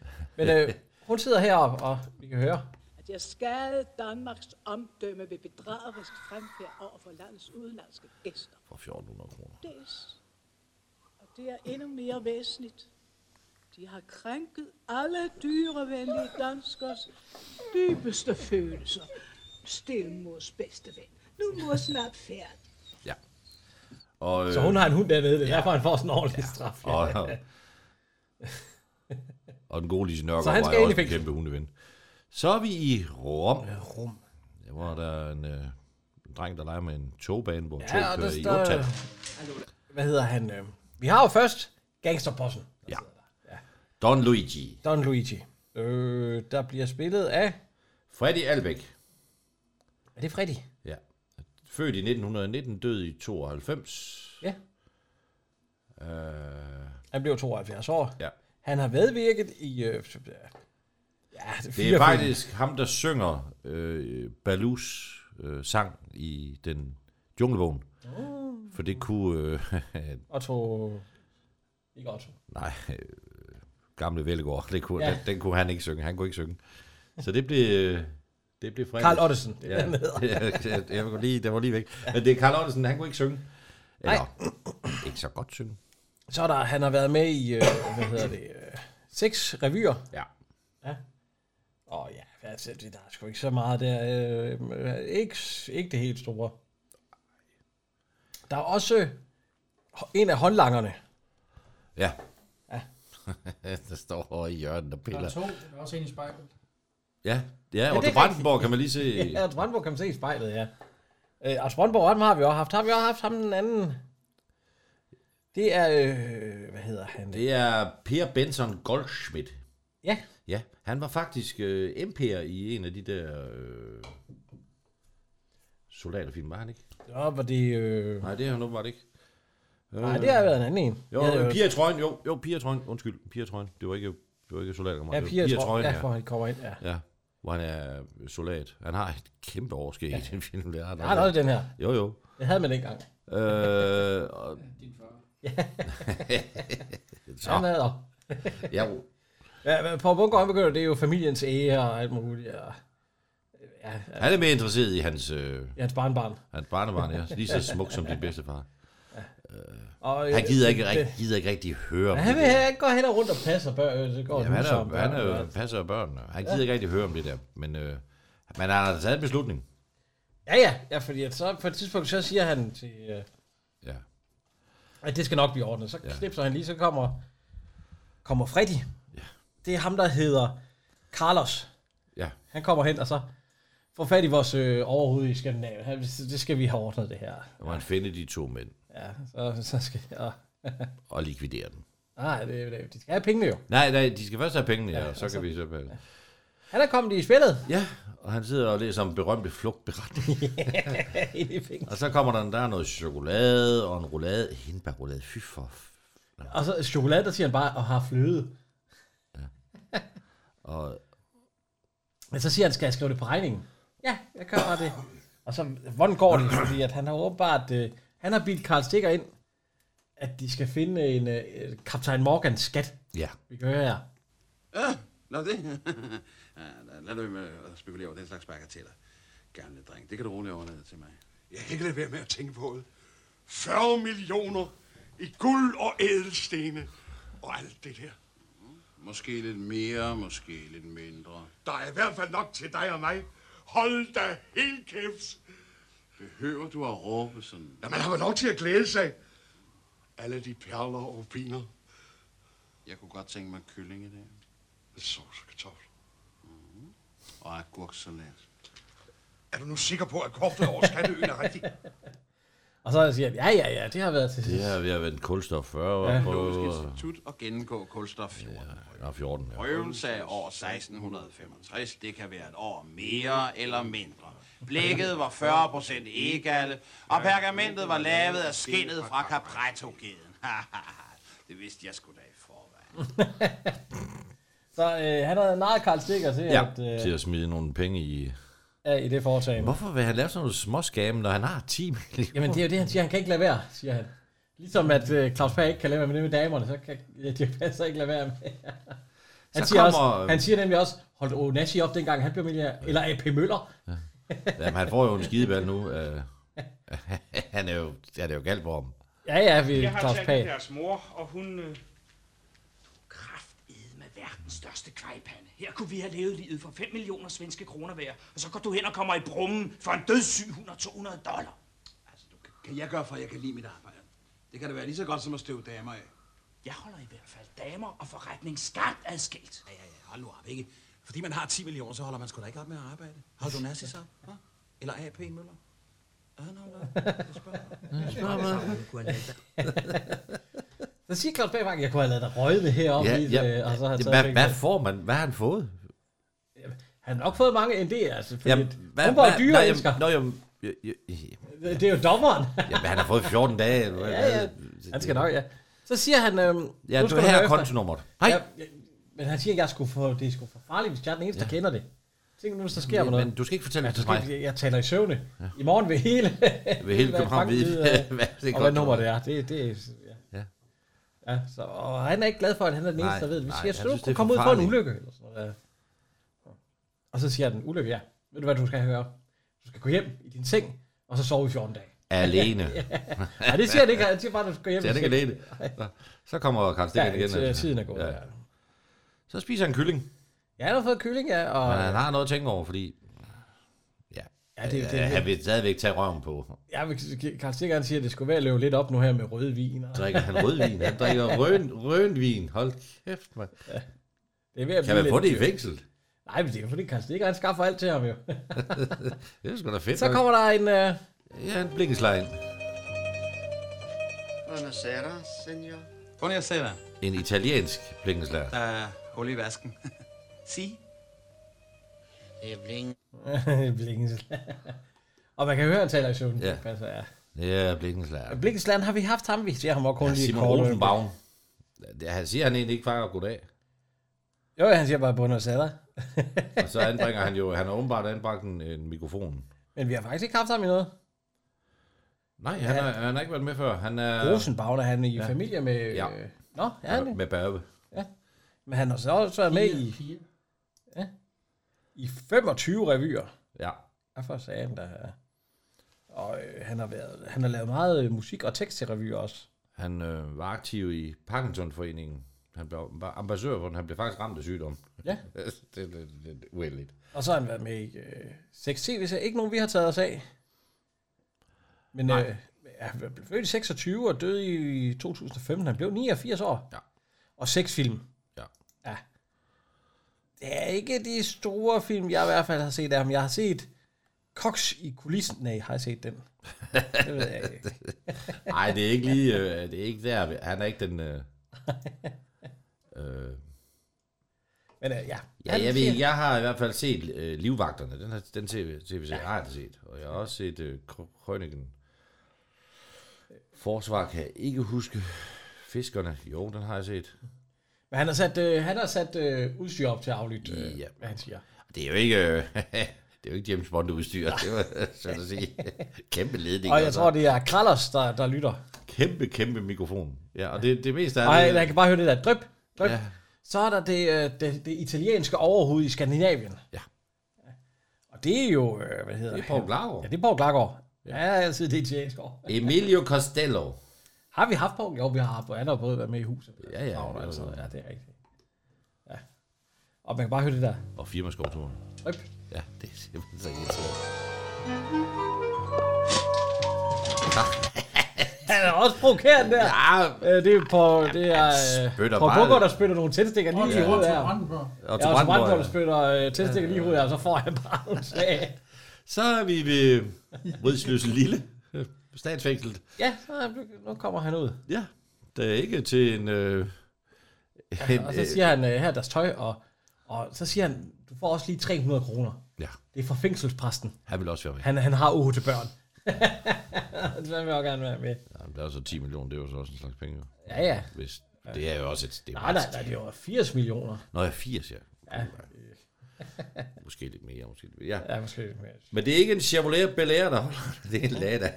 [LAUGHS] men øh, hun sidder heroppe, og vi kan høre.
at jeg skadede Danmarks omdømme ved bedragerisk fremfærd over for landets udenlandske gæster.
for 1400 kroner.
Dels, og det er endnu mere væsentligt, de har krænket alle dyrevenlige danskers dybeste følelser. Stilmors bedste ven. Nu er mor snart færdig.
Og,
Så
øh,
hun har en hund dernede, det er ja. derfor, han får sådan en ordentlig ja. straf. Ja.
Og, og, [LAUGHS] og den gode Lise Nørgaard
Så
så
han
han
skal
var jo
ind i
også en
fængsel.
kæmpe hundeven. Så er vi i Rom.
Rom.
Der var der en, øh, en dreng, der leger med en togbane, hvor ja,
Ja,
tog
og der
kører i
står...
optag.
Hvad hedder han? Øh? Vi har jo først gangsterbossen,
Ja. Don Luigi.
Don Luigi. Øh, der bliver spillet af...
Freddy Albeck.
Er det Freddy?
Ja. Født i 1919, død i 92.
Ja.
Øh,
Han blev 72 år.
Ja.
Han har medvirket i... Øh, ja,
det er faktisk ham, der synger øh, Balus øh, sang i den junglebogen.
Oh.
For det kunne øh, [LAUGHS]
Otto... Ikke Otto.
Nej, øh, gamle Vellegård. Det kunne,
Ja.
ja. den, den kunne han ikke synge. Han kunne ikke synge. Så det blev... øh, Det blev fredag.
Carl Ottesen, det
[LAUGHS]
er,
Ja,
hvad han
jeg,
hedder.
jeg, jeg, var lige, det var lige væk. Men det er Carl Ottesen, han kunne ikke synge. Eller, [CLEARS THROAT] ikke så godt synge.
[LAUGHS] Så er der, han har været med i, øh, hvad hedder det, øh, seks revyer.
Ja.
Ja. Åh ja, altså, det- der er sgu ikke så meget der. Øh, øh, ikke, ikke det helt store. Der er også hå- en af håndlangerne.
Ja.
Ja.
[LAUGHS] der står over i hjørnet og
Der er to,
piller.
der er også en i spejlet.
Ja, ja, og
det
ja,
er
Brandenborg
rigtigt.
kan man lige se.
[LAUGHS] ja, Otto Brandenborg kan man se i spejlet, ja. Øh, Otto Brandenborg, ham har vi også haft. Har vi også haft ham den anden? Det er, øh, hvad hedder han?
Det er Per Benson Goldschmidt.
Ja.
Ja, han var faktisk øh, emper i en af de der øh, soldaterfilm, var han ikke?
Nå, var det... Øh...
Nej, det er han åbenbart ikke.
Nej, det har været en anden en.
Jo,
Jeg havde
ja,
jo-
Pia Trøjen, jo, jo, Pia Trøjen, undskyld, Pia Trøjen, det var ikke, det var ikke soldaterkammerat.
Ja,
det var
Pia Trøjen, ja, hvor han kommer ind, ja.
ja. Hvor han er soldat. Han har et kæmpe overskæg ja. i den film. Der.
Har han også i den her?
Jo, jo.
Det havde man dengang.
Øh, og...
Din far.
Så.
Han havde også.
ja,
Ja, men Paul Bundgaard begynder, det er jo familiens ære og alt muligt. Og, ja,
han er mere interesseret i hans... Øh,
Ja, hans barnbarn.
Hans barnebarn, ja. Lige så smuk som din bedstefar.
Og,
Han gider ikke,
øh,
rigtig, gider ikke rigtig høre
Ja,
om
han
det
vil
der.
have- ikke gå hen og rundt og passe børn. øh, Så går
Jamen, han,
huser om
er, han
børn,
er jo
og-
passer af børnene. Han
Ja.
gider ikke rigtig høre om det der. Men, øh, men han har taget en beslutning.
Ja, ja, ja, fordi at så på et tidspunkt, så siger han til... Øh,
Ja.
At det skal nok blive ordnet. Så ja.
Ja.
knipser han lige, så kommer, kommer Freddy. Ja. Det er ham, der hedder Carlos.
Ja.
Han kommer hen, og så får fat i vores øh, overhoved i Skandinavien. Han, det skal vi have ordnet, det her.
Og han finde de to mænd
Ja, så, så skal jeg...
og likvidere dem.
Nej, det, det, de skal have pengene jo.
Nej, nej, de skal først have pengene, ja,
Ja,
og så
og så-
kan vi så...
Han er kommet i spillet.
Ja, og han sidder og læser om berømte flugtberetning. og så kommer der, der er noget chokolade og en roulade. Hindbærroulade, fy for...
Og så chokolade, der siger han bare, og har fløde.
Og
Men så siger han, skal jeg skrive det på regningen? Ja, jeg kan bare det. Og så, hvordan går det? Fordi at han har åbenbart, øh, han har bildt Karl Stikker ind, at de skal finde en øh, kaptajn Morgans skat.
Ja.
Vi kan høre her.
Ja, nå det. ja, lad, lad nu med at spekulere over den slags bagateller. Gamle dreng, det kan du roligt overlade til mig.
Jeg kan ikke lade være med at tænke på det. 40 millioner i guld og ædelstene og alt det der.
Måske lidt mere, måske lidt mindre.
Der er i hvert fald nok til dig og mig. Hold da helt kæft.
Behøver du at råbe sådan?
Når man har vel lov til at glæde sig. Alle de perler og piner.
Jeg kunne godt tænke mig kylling i dag.
Sovs og kartofler.
Mm. Og agurksalat.
Er du nu sikker på, at kortet
[LAUGHS]
over Skatteøen er rigtigt?
Og så siger han, ja, ja, ja, det har været til
det her er ved at være en kulstof 40
Ja.
ja. på...
Zoologisk Institut og gennemgå kulstof 14.
Nå, 14, ja.
Prøven sagde år 1665, det kan være et år mere eller mindre. Blækket var 40 procent egalle, og pergamentet var lavet af skinnet fra Capretto-geden. [LAUGHS] det vidste jeg sgu da i forvejen.
Så øh, han har narret Karl Stikker til, ja. at,
Ja, til
øh,
at smide nogle penge i...
er i det foretagende.
Hvorfor vil han lave sådan nogle småskame, når han har 10 millioner?
Jamen det er jo det, han siger, han kan ikke lade være, siger han. Ligesom at øh, Claus Pag ikke kan lade være med det med damerne, så kan ja, de passer ikke lade være med. Han,
Så
siger
kommer-
også, han siger nemlig også, hold Onassi op dengang, han blev milliardær, eller AP Møller.
Jamen, han får jo en skideball nu. øh. [LAUGHS] han er jo, han er jo galt på ham.
Ja, ja, vi
Jeg har
Claus
talt med
Pag.
deres mor, og hun... Øh...
med verdens største klejpande. Her kunne vi have levet livet for 5 millioner svenske kroner hver, og så går du hen og kommer i brummen for en dødssyg 100-200 dollar.
Kan jeg gøre for, at jeg kan lide mit arbejde? Det kan da være lige så godt som at støve damer af.
Jeg holder i hvert fald damer og forretning skarpt adskilt.
Ja, ja, ja, hold nu op, ikke? Fordi man har 10 millioner, så holder man sgu da ikke op med at arbejde. Har du nazi så? hva? Eller AP Møller? Ja, nå, nå, jeg spørger.
Så siger Claus Pag, jeg kunne have lavet dig røge med heroppe.
Ja,
i det, øh,
ja,
og så har han
ja,
taget
hvad,
pengene.
hvad får man? Hvad har han fået?
Han har nok fået mange ND'er, altså. Fordi
Jamen,
hvad, hun var jo
nej,
dyreelsker.
jamen, Nå, jamen, jeg- jeg- jeg-
Det er jo dommeren.
jamen, han har fået 14 dage. Eller hvad?
ja, ja. Han skal nok, ja. Så siger han... Øhm,
Ja,
nu
du
skal
her
høre
er
efter.
kontonummeret.
Ja, ja, men han siger, at jeg skulle få, det er sgu for farligt, hvis jeg er den eneste, der kender det. Tænk nu, hvis der sker
Ja,
mig noget.
men du skal ikke fortælle
ja,
det
du
til
skal- Jeg, jeg taler i søvne. Ja. I morgen vil hele, [LAUGHS]
København vide, [LAUGHS]
banken
hvad det
øh, og
koster.
hvad nummer det er. Det, det, er- ja.
Ja.
Ja, så, og han er ikke glad for, at han er den
Nej,
eneste, der ved det. Vi
nej,
siger,
han
at du
synes, det
kunne
er
komme ud
for
for en
farligt.
ulykke. Eller sådan noget. ja. Og så siger den, ulykke, ja. Ved du, hvad du skal gøre? Du skal gå hjem i din seng, og så sove i 14 dage.
Alene.
[LAUGHS] ja. Nej, det siger han ikke. Han siger bare, at du skal hjem
Så er det ikke alene. Nå, Så kommer Karl Stikker
Ja,
igen. altså.
til- tiden er gået, ja.
Så spiser han kylling.
Ja, han har fået kylling, ja. Og,
Men han har noget at tænke over, fordi... Ja,
Ja, det-
øh,
det-
han vil stadigvæk tage røven på.
Ja, men Karl Stikker, han siger, at det skulle være at løbe lidt op nu her med rødvin. Og...
Drikker han rødvin? Han drikker røn, rødvin. Hold kæft, mand.
Ja. Det er ved at
Kan
blive
man få
lidt-
det i fængsel?
Nej, men det er jo fordi Karl Stikker, han skaffer alt til ham jo.
det er sgu da fedt.
så
nok.
kommer der en... Øh...
Ja, en blinkeslejen.
Buonasera, senor.
Buonasera.
En italiensk blinkeslejer.
Der er hul i vasken. [LAUGHS] Sig.
Det er bling.
[LAUGHS] Blikkensland. og man kan høre, han taler i søvn.
Ja.
Ja. Passer, ja.
Ja, blinkeslejer.
Blikkensland har vi haft ham, vi ser ham også kun
Ja,
lige et
Simon
kort
Rosenbaum. Det, han siger han egentlig ikke far og goddag.
øjeblik. Jo, han siger bare Buenos Aires.
Og så anbringer han jo, han har åbenbart anbragt en, en mikrofon.
Men vi har faktisk ikke haft ham i noget.
Nej, han,
Ja.
har, han har ikke været med før. Han er...
Rosenbaum, er han i
Ja.
familie med...
Ja.
øh, Nå, er han det?
Med Børbe.
Ja. Men han har så også været med i, i 25 revyer.
Ja.
Derfor sagde han, der er. Og øh, han, har været, han har lavet meget øh, musik og tekst til revyer også.
Han øh, var aktiv i Parkinsonforeningen. Han blev var ambassadør for den. Han blev faktisk ramt af sygdom.
Ja.
[LAUGHS] det, det, det, det er uheldigt.
Og så har han været med i øh, 6 tv serier Ikke nogen, vi har taget os af. Men øh, han blev født i 26 og døde i 2015. Han blev 89 år.
Ja.
Og seks film.
Ja.
ja. Det er ikke de store film, jeg i hvert fald har set af ham. Jeg har set Cox i kulissen. Nej, har jeg
[LAUGHS]
set den? Det ved jeg ikke.
Nej, det er ikke lige... Øh, det er ikke der. Han er ikke den...
[LAUGHS]
Øh, øh,
Men øh, ja.
ja,
Han
jeg, ved,
siger-
ikke. jeg har i hvert fald set øh, Livvagterne. Den, her, den tv, tv-serie har jeg set. Og jeg har også set øh, Krøniken. Forsvar kan jeg ikke huske. Fiskerne. Jo, den har jeg set.
Men han har sat, øh, han har sat øh, udstyr op til at aflytte, øh,
Ja.
hvad han siger.
Det er jo ikke... Øh, [LAUGHS] det er jo ikke James Bond-udstyr. Det
[LAUGHS]
var, så at sige, kæmpe ledning.
Og jeg
altså.
tror, det er Krallers, der, der lytter.
Kæmpe, kæmpe mikrofon. Ja, og det, det meste er...
Og
det,
jeg kan bare høre det der dryp, dryp.
Ja.
Ja. Så er der det, øh, det, det italienske overhoved i Skandinavien.
Ja.
Og det er jo, øh, hvad hedder
Det er Poul
han?
Glarup.
Ja, det er Poul Glagård. Ja, jeg har altid det italienske år.
Emilio Costello.
Har vi haft Poul? Jo, vi har haft, og han har både været med i huset.
Ja, ja.
Og, altså,
jo, jo.
ja, det er rigtigt. Ja. Og man kan bare høre det der.
Og firmaskovturen.
Dryp.
Ja, det er simpelthen så irriterende. Ah,
Han er også provokerende der. Ja, det er på, det er
spytter
øh, på
bare-
Bugger, der spytter nogle tændstikker lige
Og
i
til-
hovedet
og til
her.
Brandenborg.
Ja,
Og
og
til
til Brandenborg,
Brandenborg,
der spytter øh, tændstikker lige i hovedet her, og så får han bare nogle slag.
Så er vi ved Rødsløse Lille. [LAUGHS] Statsfængslet.
Ja, så er han- nu kommer han ud.
Ja, der er ikke til en... Øh,
Ja,
altså-
og så siger han, øh, her er deres tøj, og, og så siger han, du får også lige 300 kroner.
Ja.
Det er fra fængselspræsten.
Han vil også være med.
Han, han har otte børn. [LAUGHS] det vil jeg også gerne være med.
Ja, men der er så 10 millioner, det er jo så også en slags penge. jo.
Ja, ja.
Hvis, det er jo også et... Det er
Nej, nej,
meget-
nej, det er jo 80 millioner.
Nå, jeg er 80, ja.
Ja.
Måske lidt mere, måske lidt mere. Ja.
Ja, måske lidt mere.
Men det er ikke en Chevrolet Bel Air, der holder. Det er en Lada.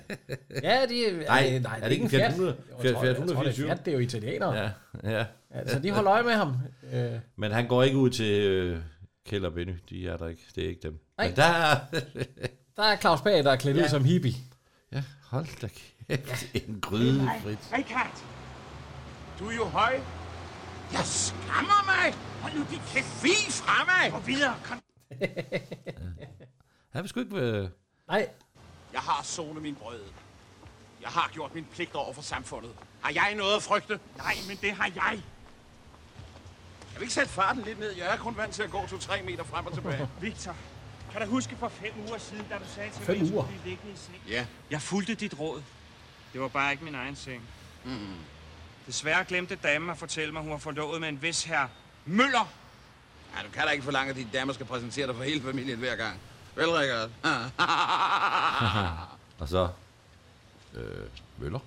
Ja, de,
Nej, nej, er det ikke en Fiat 100?
Jeg tror, jeg, jeg tror, det er
124?
Fiat, det er jo italienere.
[LAUGHS] Ja, ja.
Ja, så de holder øje med ham. Øh,
Men han går ikke ud til øh, Kjeld og Benny. De er der ikke. Det er ikke dem.
Nej.
Men der er...
der er Claus Bag, der er klædt ja. ud
Ja.
som hippie.
ja, hold da [LAUGHS] kæft. En gryde, Fritz.
Richard! Du er jo høj. Jeg skammer mig! Hold nu dit kæft. Fie fra mig! Gå videre, kom.
Han vil sgu ikke... Øh...
Nej.
Jeg har sonet min brød. Jeg har gjort min pligt over for samfundet. Har jeg noget at frygte? Nej, men det har jeg. Kan vi ikke sætte farten lidt ned? Jeg er kun vant til at gå 2-3 meter frem og tilbage.
Victor, kan du huske for fem uger siden, da du sagde til
Fem
mig, at jeg
uger?
skulle blive liggende i seng?
Ja.
Jeg fulgte dit råd. Det var bare ikke min egen seng.
Mm.
Desværre glemte damen at fortælle mig, at hun var forlovet med en vis herre Møller.
Ja, du kan da ikke forlange, at dine damer skal præsentere dig for hele familien hver gang. Vel,
[LAUGHS]
Rikard?
og så... Øh, Møller.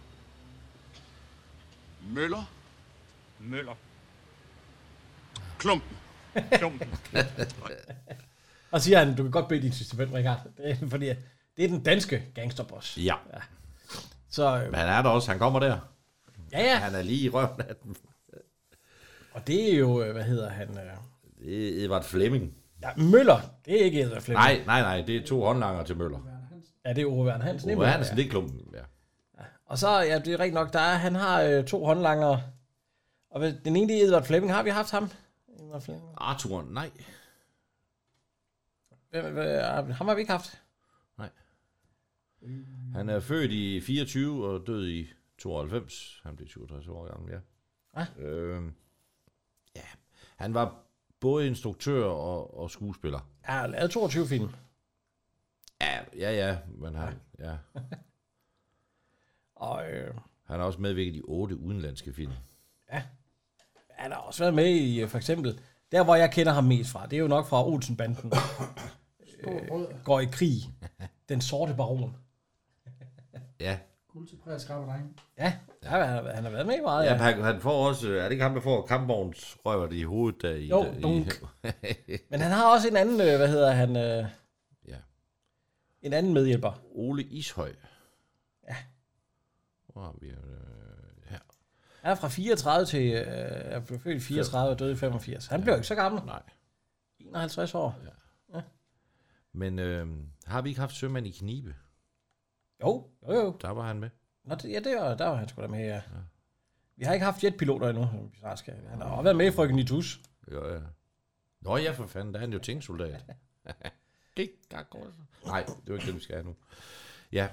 Møller?
Møller.
Klumpen.
Klumpen.
Og siger han, du kan godt bede din assistent, Richard. Det er, fordi det er den danske gangsterboss.
Ja.
Så øh,
Men han er der også. Han kommer der.
Ja, ja.
Han er lige i røven af den.
Og det er jo, øh, hvad hedder han? øh,
Det er Edvard Flemming.
Ja, Møller. Det er ikke Edvard Flemming.
Nej, nej, nej. Det er to håndlanger til Møller.
Ja, det er Ove Werner Hansen.
Ove
Møller,
Hansen,
ja.
det er klumpen. Ja.
Og så, ja, det er rigtigt nok, der er, han har øh, to håndlangere. Og ved- den ene det er Edvard Flemming. Har vi haft ham? Edvard Flemming.
Arthur, nej.
Hvem, hvem, ham har vi ikke haft.
Han er født i 24 og død i 92. Han blev 67 år gammel, ja.
Ah.
Øhm, ja. Han var både instruktør og, og skuespiller.
Ja, han har lavet 22 film.
Ja, ja, ja, men han, ja.
Og øh,
han har også medvirket i otte udenlandske film.
han har også været med i, øh, for eksempel, der hvor jeg kender ham mest fra, det er jo nok fra Olsenbanden. øh, går i krig. Den sorte baron.
Ja,
Guld til præget skarpe drenge.
Ja, ja han, har, han har været med i meget.
ja men han, han får også, er det ikke ham, der får kampvognsrøvert i hovedet? Der i,
Jo,
der,
dunk.
I,
Men han har også en anden, øh, hvad hedder han? Øh,
Ja.
En anden medhjælper.
Ole Ishøj. Hvor har vi øh, her?
Han er fra 34 til... Øh, er blevet født i 34 og døde i 85. Han blev jo ikke så gammel.
Nej.
51 år.
Men øh, har vi ikke haft sømand i knibe?
Jo, jo, jo.
Der var han med.
Nå, det, ja, det var, der var han sgu da med, ja. ja. Vi har ikke haft jetpiloter endnu. som vi snart skal. Han har også været med i Frøken Nitus.
Jo, ja. Nå ja, for fanden, der er han jo
[LAUGHS]
tingsoldat. Gik, gak, gak. Nej, det var ikke det, vi skal have nu. Ja,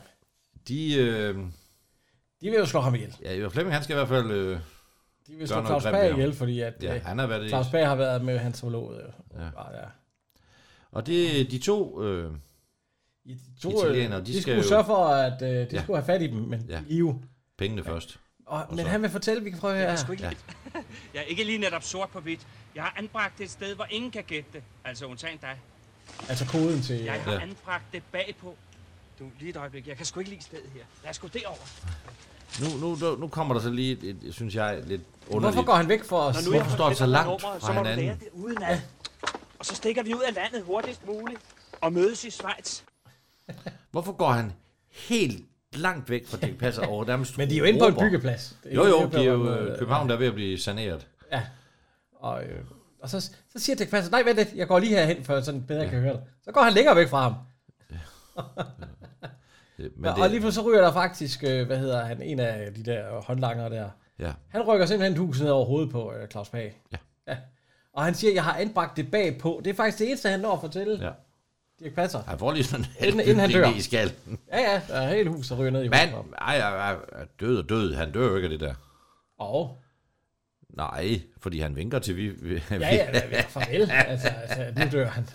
de... Øh,
de vil jo slå ham ihjel.
Ja, Ivar Flemming, han skal i hvert fald... Øh,
De vil
gøre
slå
noget
Claus
grimt ved
Berg
ham.
ihjel, fordi at,
Ja,
øh,
han har været i-
Claus Berg har været med hans forlovede. jo.
Ja.
Bare, ja.
Og det, de to... Øh,
To, øh,
Italienere, de
de,
skal
de skulle
jo-
sørge for, at øh, de ja.
Ja.
skulle have fat i dem, men ja. live.
Pengene først.
Og,
Og
men
så-
han vil fortælle, vi kan prøve
Jeg
her.
er sgu ikke ja. Jeg er ikke lige [LAUGHS] netop sort på hvidt. Jeg har anbragt det et sted, hvor ingen kan gætte det. Altså, undtagen dig.
Altså koden til...
Jeg har
Ja.
anbragt det bagpå. Du, lige et øjeblik. Jeg kan sgu ikke lide stedet her. Lad os gå derover.
Nu, nu, nu kommer der så lige et, et, synes jeg, lidt underligt.
Hvorfor går han væk for os?
Når nu jeg
Hvorfor står han så
fortæller dig
langt
nummeret,
fra
så må du lære
hinanden?
det udenad. Og så stikker vi ud af landet hurtigst muligt og mødes i Schweiz.
Hvorfor går han helt langt væk fra Dirk Passer over nærmest
[LAUGHS] Men de er jo inde på en
råber?
byggeplads. Det er
Jo,
jo-
jo, de er jo
øh,
øh, København, der er ved at blive saneret.
Ja. Og, øh, og så, så siger Dirk Passer, nej, vent lidt, jeg går lige herhen, for sådan bedre ja. kan høre dig. Så går han længere væk fra ham.
Øh, Men
Men
det,
det... Og lige pludselig så ryger der faktisk, øh, hvad hedder han, en af de der håndlanger der.
Ja.
Han rykker simpelthen et hus ned over hovedet på øh, Claus Pag. Ja. ja. Og han siger, jeg har anbragt det bagpå. Det er faktisk det eneste, han når at fortælle.
Ja.
Dirk Passer.
han får lige sådan en
Inden-
inden,
inden han
han dør.
dør.
i skallen.
Ja, ja, der er hele huset, der ryger ned i
Men,
hovedet. på ham.
ej, ej, ej, død og død, han dør jo ikke af det der.
Og?
Nej, fordi han vinker til vi... vi ja,
Ja, ja, ja, farvel. Altså, altså, nu
[LAUGHS]
dør han.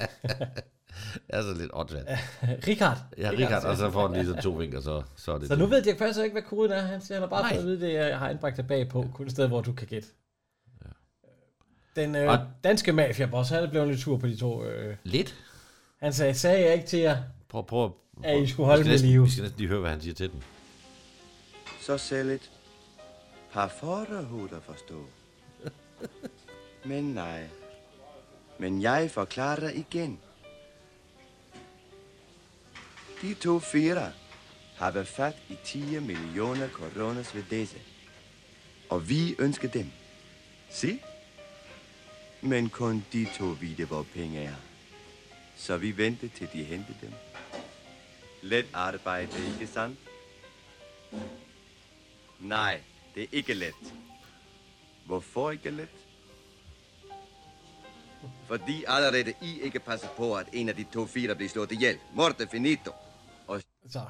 altså lidt åndssvagt.
Richard.
Ja, Richard, og så får han lige så to vinker, så, så er det
altså- Så
det.
nu ved Dirk Passer ikke, hvad koden er. Han siger, han har bare
Nej.
fået at vide det, jeg har indbragt dig bagpå. Kun et sted, hvor du kan gætte. Den øh,
Og-
danske mafiaboss, han er blevet lidt sur på de to. Øh.
Lidt?
Han sagde, sagde jeg ikke til jer?
Prøv, prøv, prøv.
Ja, I skulle holde
vi skal
med
næsten-
live.
Vi skal næsten lige høre, hvad han siger til dem.
så selv et par forderhud at forstå. Men nej. Men jeg forklarer dig igen. De to fyre har været fat i 10 millioner koronas ved disse. Og vi ønsker dem. Se? Men kun de to vide, hvor penge er. Så vi venter til de henter dem. Let arbejde, ikke sandt? Nej, det er ikke let. Hvorfor ikke let?
Fordi allerede I ikke passer på, at en af de to fire bliver slået ihjel. Morte finito. Og...
Så.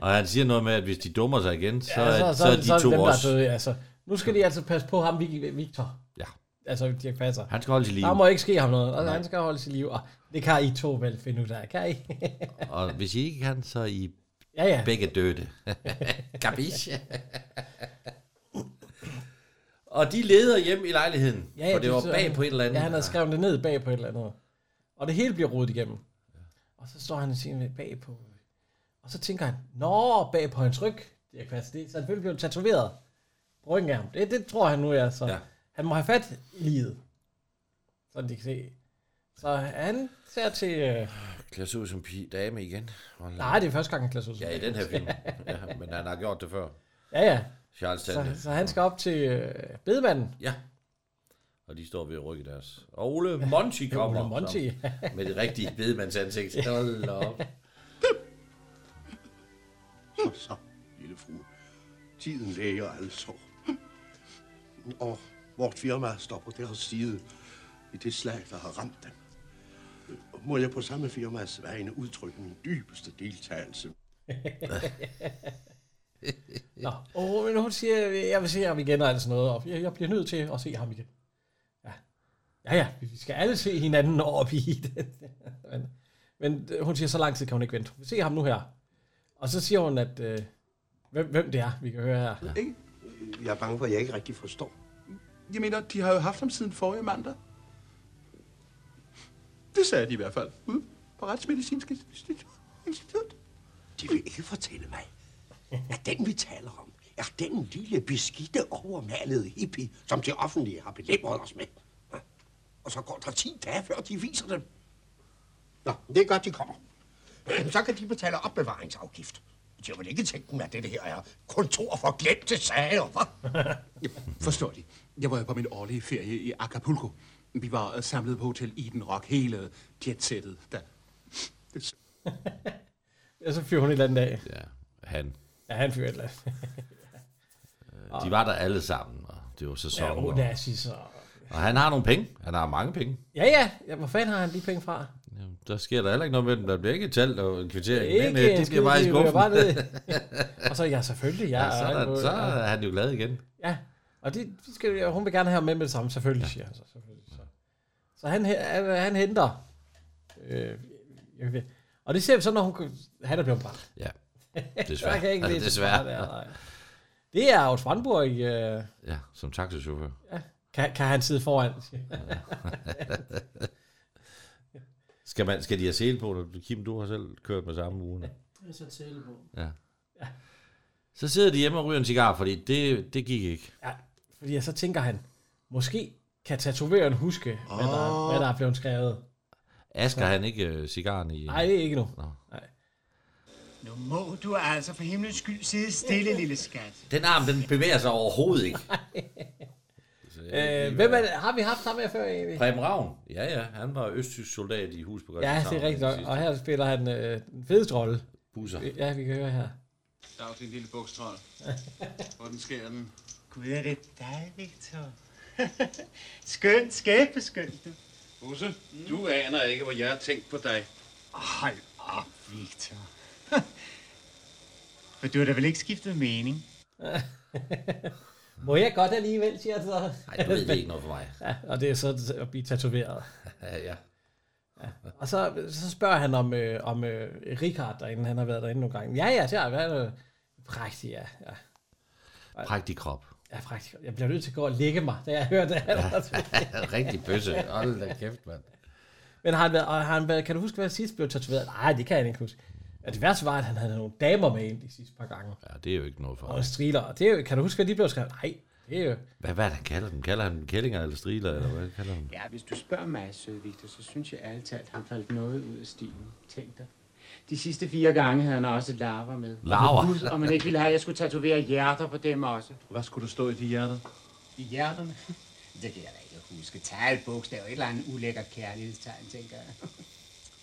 Og han siger noget med, at hvis de dummer sig igen, så,
[LAUGHS] Ja,
er, så, er de to
dem, der
også.
døde, altså. Nu skal de altså passe på ham, Vic- Victor.
Ja.
Altså Dirk Passer.
Han skal holde sit liv.
Der må ikke ske ham noget. Og
Nej.
han skal holde sit liv. Og det kan I to vel finde ud af, kan I? [LAUGHS]
Og hvis I ikke kan, så er I
Ja, ja.
begge
[LAUGHS]
døde. Kapiche? og de leder hjem i lejligheden, ja, for det var
så-
bag på et eller andet.
Ja, han havde skrevet det ned bag på et eller andet. Og det hele bliver rodet igennem. Og så står han og siger bag på. Og så tænker han, nå, bag på hans ryg. Det er fast. Det er selvfølgelig blevet tatoveret. Ryggen af ham. Det, det tror han nu er. Så ja. han må have fat i livet. Sådan de kan se. Så han ser til... Øh,
Klæder sig Ah, ud som pige, dame igen. Hold da
nej,
op.
det er første gang, han klæder sig ud som
Ja, i
pige.
den her film. Ja, men han har gjort det før.
Ja, ja.
Charles Tante.
Så, så han skal op til øh, bedemanden.
Ja. Og de står ved at rykke deres. Og Ole Monti kommer.
Ole Monty.
som- Med det rigtige bedemandsansigt. Hold da op.
Og så, lille fru, tiden læger alle sår. Og vort firma står på deres side i det slag, der har ramt dem. Må jeg på samme firmas vegne udtrykke min dybeste deltagelse.
Nå, åh, men hun siger, jeg vil se ham igen og alt sådan noget. Og jeg, jeg bliver nødt til at se ham igen. Ja, ja, ja vi skal alle se hinanden op i [LAUGHS] det. men, men øh, hun siger, så lang tid kan hun ikke vente. Hun vil se ham nu her. Og så siger hun, at øh, hvem, hvem det er, vi kan høre her. Ja.
Ikke?
Jeg er bange for, at jeg ikke rigtig forstår.
Jeg mener, de har jo haft ham siden forrige mandag. Det sagde de i hvert fald. Ude på Retsmedicinsk Institut. Institut.
De vil ikke fortælle mig, at den vi taler om, er den lille beskidte overmalede hippie, som det offentlige har belemret os med. Hva? Og så går der 10 dage, før de viser dem. Nå, det er godt, de kommer. Så kan de betale opbevaringsafgift. De har vel ikke tænkt dem, at det her er kontor for glemte sager, hva'?
[LAUGHS] Forstår de. Jeg var jo på min årlige ferie i Acapulco. Vi var øh, samlet på Hotel Eden Rock, hele øh, jetsættet, da... Det
Og så fyrer hun et eller andet af.
[LAUGHS] Ja, han.
Ja, han fyrer et eller andet.
De var der alle sammen, og det var sæson.
Ja, hun
og,
er sidst. og-
og han har nogle penge. Han har mange penge.
Ja, ja, ja, hvor fanden har han lige penge fra?
Jamen, Der sker der heller ikke noget med dem. Der bliver ikke et telt og en kvittering.
Ikke
Den, øh,
en
det
skid,
skal bare i
de ryger
skuffen.
bare
[LAUGHS]
ned. Og så, ja, selvfølgelig, ja,
ja så, er
og-
der, så er han jo glad igen.
Ja, og det, det skal, hun vil gerne have ham med med det samme, selvfølgelig, ja. siger han så. Selvfølgelig, så. så han, he- han, han henter. Øh, jeg ved, og det ser vi så, når hun, han er blevet brændt. [LAUGHS]
Ja,
Der kan
desværre.
jeg ikke
Altså,
læse
desværre.
fra der, nej. det er Aarhus Brandborg. Øh,
Ja, som taxichauffør.
kan, kan han sidde foran?
Skal, man, skal de have sele på? når- Kim, du har selv kørt med samme uge.
Jeg har sat sæle på.
Ja. Så sidder de hjemme og ryger en cigar, fordi det, det gik ikke.
ja, fordi så tænker han, måske kan tatoveren huske, oh. hvad, der, hvad der er blevet skrevet.
Asger han ikke øh, cigaren i...
Nej, det er ikke nu. Nej.
Nu må du altså for himlens skyld sidde stille, lille skat.
Den arm, den bevæger sig overhovedet ikke. Altså, Så jeg ved
Øh,
ikke,
hvem er
hvad-
det? Har vi haft ham her før egentlig?
Preben Ravn. Ja, ja. Han var østtysk soldat i hus på
Ja, det er rigtigt nok. Og her spiller han øh, den fedeste rolle.
Busser.
Ja, vi kan høre her.
Dag, din lille
[LAUGHS]
bukstrol.
Hvordan sker den?
Gud, er det dig,
[LAUGHS]
Victor? skønt, skæbeskønt. du.
Busse, du aner ikke, hvor jeg har tænkt på dig.
Hold op,
[LAUGHS]
Victor. For du har da vel ikke skiftet mening?
Må jeg godt alligevel, siger han så.
Nej, du ved, det er ikke noget
for mig.
Ja, og det er så at blive tatoveret.
ja, ja.
Og så, så spørger han om, øh, om øh, Richard derinde, han har været derinde nogle gange. Ja, ja, det har jeg været. Øh, prægtig, ja. ja. Og-
Prægtig krop.
Ja, prægtig. Jeg bliver nødt til at gå og lægge mig, da jeg hørte det. Ja,
rigtig bøsse. Hold da kæft, mand.
[LAUGHS] Men har han været, og har han været, kan du huske, hvad sidst blev tatoveret? Nej, det kan jeg ikke huske. Ja, det værste var, at han havde nogle damer med ind de sidste par gange.
Ja, det er jo ikke noget for
Og
ham.
striler. Og det er jo, kan du huske, hvad de blev skrevet? Nej, det er jo...
Hvad, hvad er det, han kalder dem? Kalder han dem kællinger eller striler, eller hvad kalder han dem?
Ja, hvis du spørger mig, søde Victor, så synes jeg ærligt talt, han faldt noget ud af stilen. Tænk dig. De sidste fire gange havde han også larver med.
Larver?
Og Gud, om man ikke ville have, at jeg skulle tatovere hjerter på dem også.
Hvad skulle der stå i de hjerter?
I hjerterne? Det kan jeg da ikke huske. Tal, bogstav, et eller andet ulækkert kærlighedstegn, tænker jeg.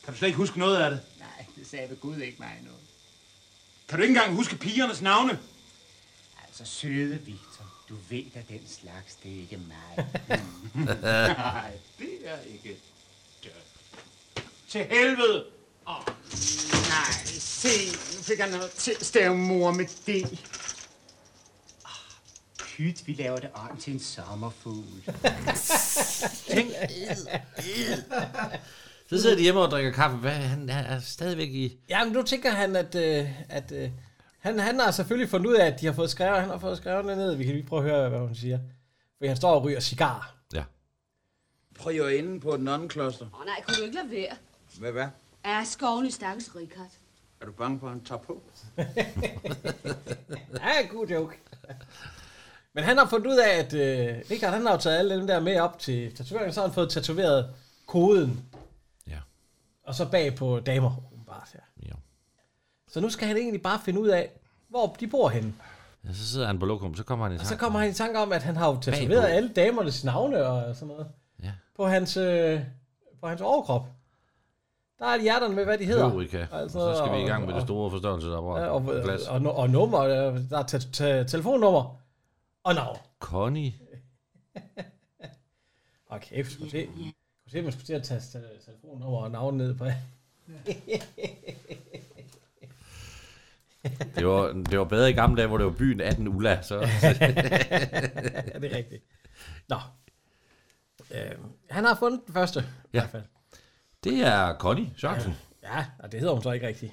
Kan du slet ikke huske noget af det?
Nej, det sagde ved Gud ikke mig noget.
Kan du ikke engang huske pigernes navne?
Altså, søde Victor, du ved da den slags, det er ikke mig.
Nej, det er ikke dødt. Til helvede!
Åh, nej, se, nu fik jeg noget til at stave mor med det. Pyt, vi laver det om til en sommerfugl.
Tænk. Så sidder de hjemme og drikker kaffe. Hvad, han er er stadigvæk i...
Ja, men nu tænker han, at, øh, at øh, han, han har selvfølgelig fundet ud af, at de har fået skrevet, han har fået skrevet det ned. Vi kan lige prøve at høre, hvad hun siger. For han står og ryger cigar.
Prøv at inde på et nonnenkloster.
Åh oh, nej, kunne du ikke lade være?
Hvad hvad?
Er skoven i stakkels Richard?
Er du bange for, at han tager på?
Ja, god joke. [LAUGHS] Men han har fundet ud af, at øh, Richard, han har jo taget alle dem der med op til tatoveringen, så har han fået tatoveret koden. Ja. Og så bag på damer, åbenbart. Ja.
Ja.
Så nu skal han egentlig bare finde ud af, hvor de bor henne.
Ja, så sidder han på lokum, så kommer han i
Og så
tanke.
kommer han i tanke om, at han har jo tatoveret
Bagpå.
alle damernes navne og sådan noget.
Ja.
På hans, øh, på hans overkrop. Der er hjerterne med, hvad de hedder. Altså,
Eureka. så skal vi i gang med det store forstørrelsesapparat.
og,
Ja,
og,
og, glas.
og, og, og nummer. øh, Der er te- te- telefonnummer. Og navn.
Connie.
Og kæft, skulle se. Skulle se, man skulle til at tage te- telefonnummer og navn ned på. [LAUGHS]
Det var, det var bedre i gamle dage, hvor det var byen 18 Ulla. Så.
ja, det er rigtigt. Nå. Øh, han har fundet den første, i
Ja.
hvert fald.
Det er Connie Sørensen.
Ja, og det hedder hun så ikke rigtigt.